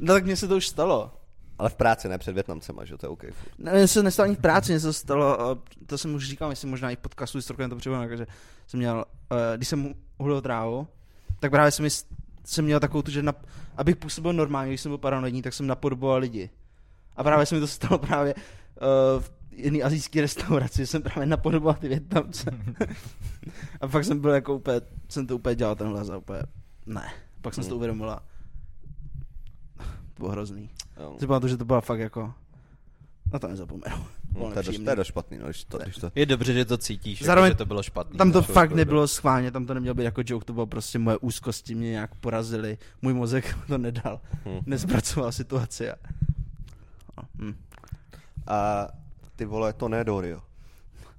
No tak mně se to už stalo. Ale v práci ne před Větnamcema, že jo, to je OK. Ne, mně se nestalo ani v práci, něco stalo, eh, to jsem už říkal, jestli možná i v podcastu s Trokem to připomínal, že jsem měl, eh, když jsem uhlil trávu, tak právě jsem, mi s- jsem měl takovou tu, že na, abych působil normálně, když jsem byl paranoidní, tak jsem napodoboval lidi. A právě se mi to stalo právě eh, v jedné azijské restauraci, že jsem právě napodoboval ty Větnamce. a pak jsem byl jako úplně, jsem to úplně dělal tenhle za úplně, ne. Pak Hmm. jsem si to uvědomil a to bylo hrozný. Jo. Si pamatuju, že to byla fakt jako... Na to nezapomenu. Bylo No, to, je dost, nepříjemný. to je dost špatný, no, když to, když to... Je dobře, že to cítíš, Zároveň- jako, že to bylo špatný. Tam to Jako, fakt jako, nebylo schválně, tam to nemělo být jako joke, to bylo prostě moje úzkosti mě nějak porazily, můj mozek to nedal, Hm. nezpracoval situaci a... a hm. A ty vole, to ne Dorio.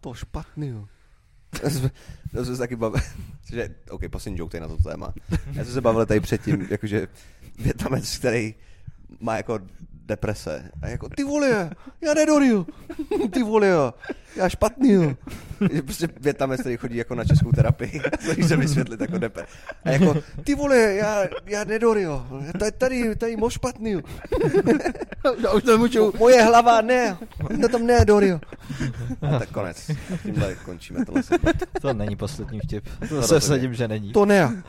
To špatný, jo. Já jsme- Já jsem se taky bavil, že, ok, poslední joke tady na to téma. Já jsem se bavil tady předtím, jakože větnamec, který má jako deprese. A jako, ty vole, já ne Dorio. Ty vole, jo. já špatný, jo. Že Prostě větnamec, který chodí jako na českou terapii. Snaží se vysvětlit jako depe. A jako, ty vole, já, já ne Dorio. Tady, tady, tady moc špatný, jo. No už to nemůžu. Moje hlava ne, no tam ne, Dorio. A tak konec. Tímhle končíme tenhle segment. To není poslední vtip. To se rozhodně. vsadím, že není. To ne.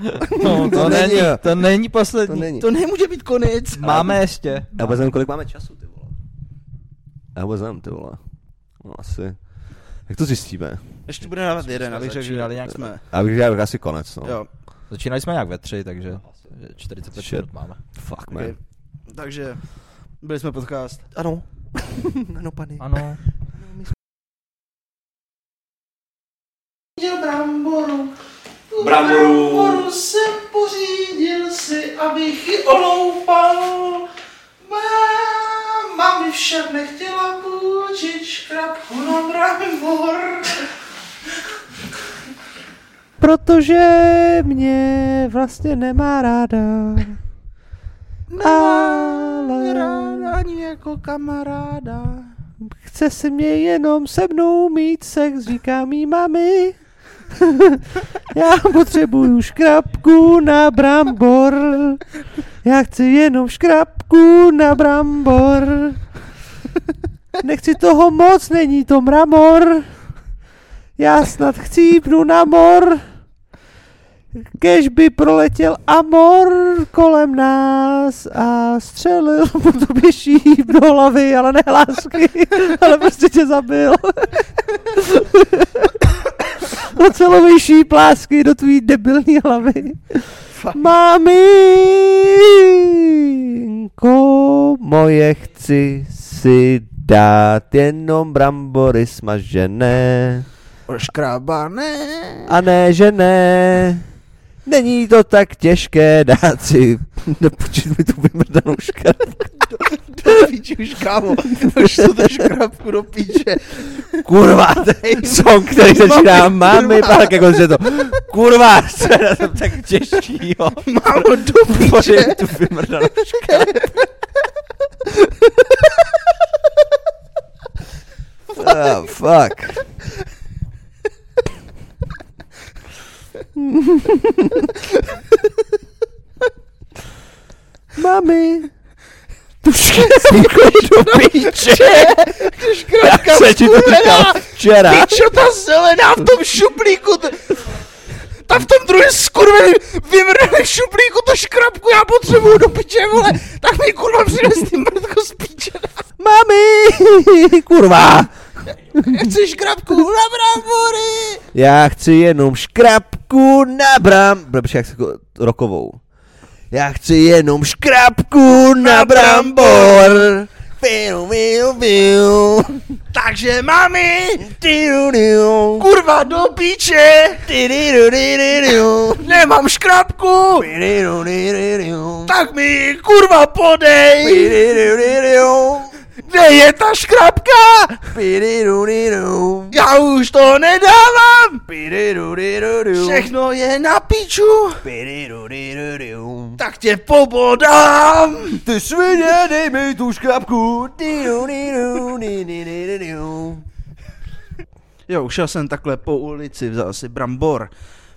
no, to, to není, není. to není poslední. To není. To nemůže být konec. Máme ještě. Já vůbec nevím, kolik máme času, ty vole. Já vůbec nevím, ty vole. No asi. Jak to zjistíme? Ještě bude dávat jeden, abych řekl, že začínali nějak nějak jsme. Já bych řekl asi konec, no. Jo, Začínali jsme nějak ve tři, takže 45 Shit. minut máme. Fuck, man. okay. takže byli jsme podcast. Ano. ano, pane. Ano. Pořídil bramboru. Tu bramboru jsem pořídil si, abych ji oloupal. Máma mi však nechtěla půjčit škrabku na brambor. Protože mě vlastně nemá ráda. Ale ráda ani jako kamaráda. Chce si mě jenom se mnou mít sex, říká mý mami. Já potřebuju škrabku na brambor. Já chci jenom škrabku na brambor. Nechci toho moc, není to mramor. Já snad chcípnu na mor. Kež by proletěl Amor kolem nás a střelil mu to běží do hlavy, ale ne lásky, ale prostě tě zabil. Ocelovejší plásky do tvý debilní hlavy. Maminko moje, chci si dát jenom brambory smažené. Oškrabané. A ne, že ne. Není to tak těžké dát si. Nepočít mi tu vymrdanou škrabku. Do píči už, kámo. Už jsou to škrabku do píče. Kurva, ten song, který začíná máme, kurva. pak jako se to. Kurva, co je na tom tak těžký, jo. Mámo do píče. tu vymrdanou škrabku. Ah, fuck. Mami. Tušky do píče. Škrabka Jak se ti to říkal včera. Pičo, ta zelená v tom šuplíku. t- Ta v tom druhém skurveném vymrdaném šuplíku to škrabku já potřebuju do piče, vole. Tak mi kurva přines ty mrdko z piče. Mami, kurva. Já chci škrabku na brambory. Já chci jenom škrabku na bram... Dobře, jak se ko- rokovou. Já chci jenom škrabku na brambor. Fiu, fiu, fiu. Takže mami, Diu, diu. kurva do píče. Di, di, du, di, di, diu. Nemám škrabku. Di, di, du, di, di, diu. Tak mi ji, kurva Di, podej. di, du, di, diu. Kde je ta škrabka? Di, di, du, di, du. Já už to nedávám. Di, di, du, di, du, diu. Všechno je na piču. Di, di, du, di, du, diu. Tak tě pobodám! Ty svině, dej mi tu škrabku. Di, du, di, du, di, di, di, di, diu. Jo, šel jsem takhle po ulici, vzal si brambor.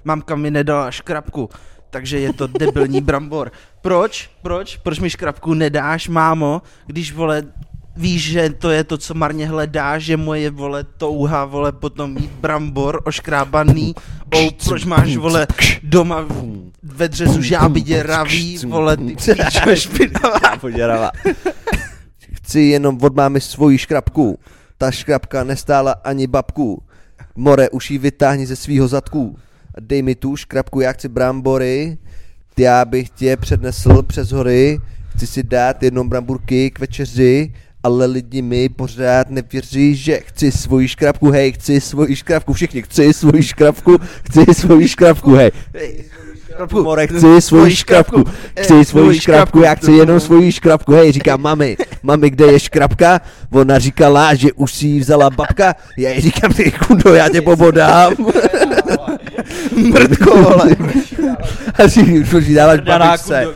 Mamka mi nedala škrabku, takže je to debilní brambor. Proč? Proč? Proč mi škrabku nedáš, mámo, když vole víš, že to je to, co marně hledáš, že moje vole touha, vole potom mít brambor oškrábaný, oh, proč máš vole doma ve dřezu žábidě raví, vole ty píčo špinavá. Poděrava. Chci jenom od mámy svoji škrabku. Ta škrabka nestála ani babku. More, už ji vytáhni ze svýho zadku. A Dej mi tu škrabku, já chci brambory. Já bych tě přednesl přes hory. Chci si dát jenom bramburky k večeři. Ale lidi mi pořád nevěří, že chci svoji škrabku, hej, chci svoji škrabku, všichni chci svoji škrabku, chci svoji škrabku, hej. Hej, More, chci svoji škrabku, Eh, chci svoji škrabku, já chci jenom svoji škrabku, hej, říkám mami, mami, kde je škrabka? Ona říkala, že už si ji vzala babka, já jí říkám, ty kundo, já tě pobodám. Mrdko, vole. A si ji dávat babičce.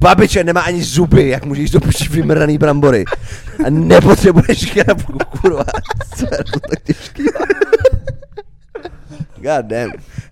Babiče nemá ani zuby, jak můžeš to pustit vymrdaný brambory. A nepotřebuješ škrabku, kurva. Co je to tak těžký? God damn. No.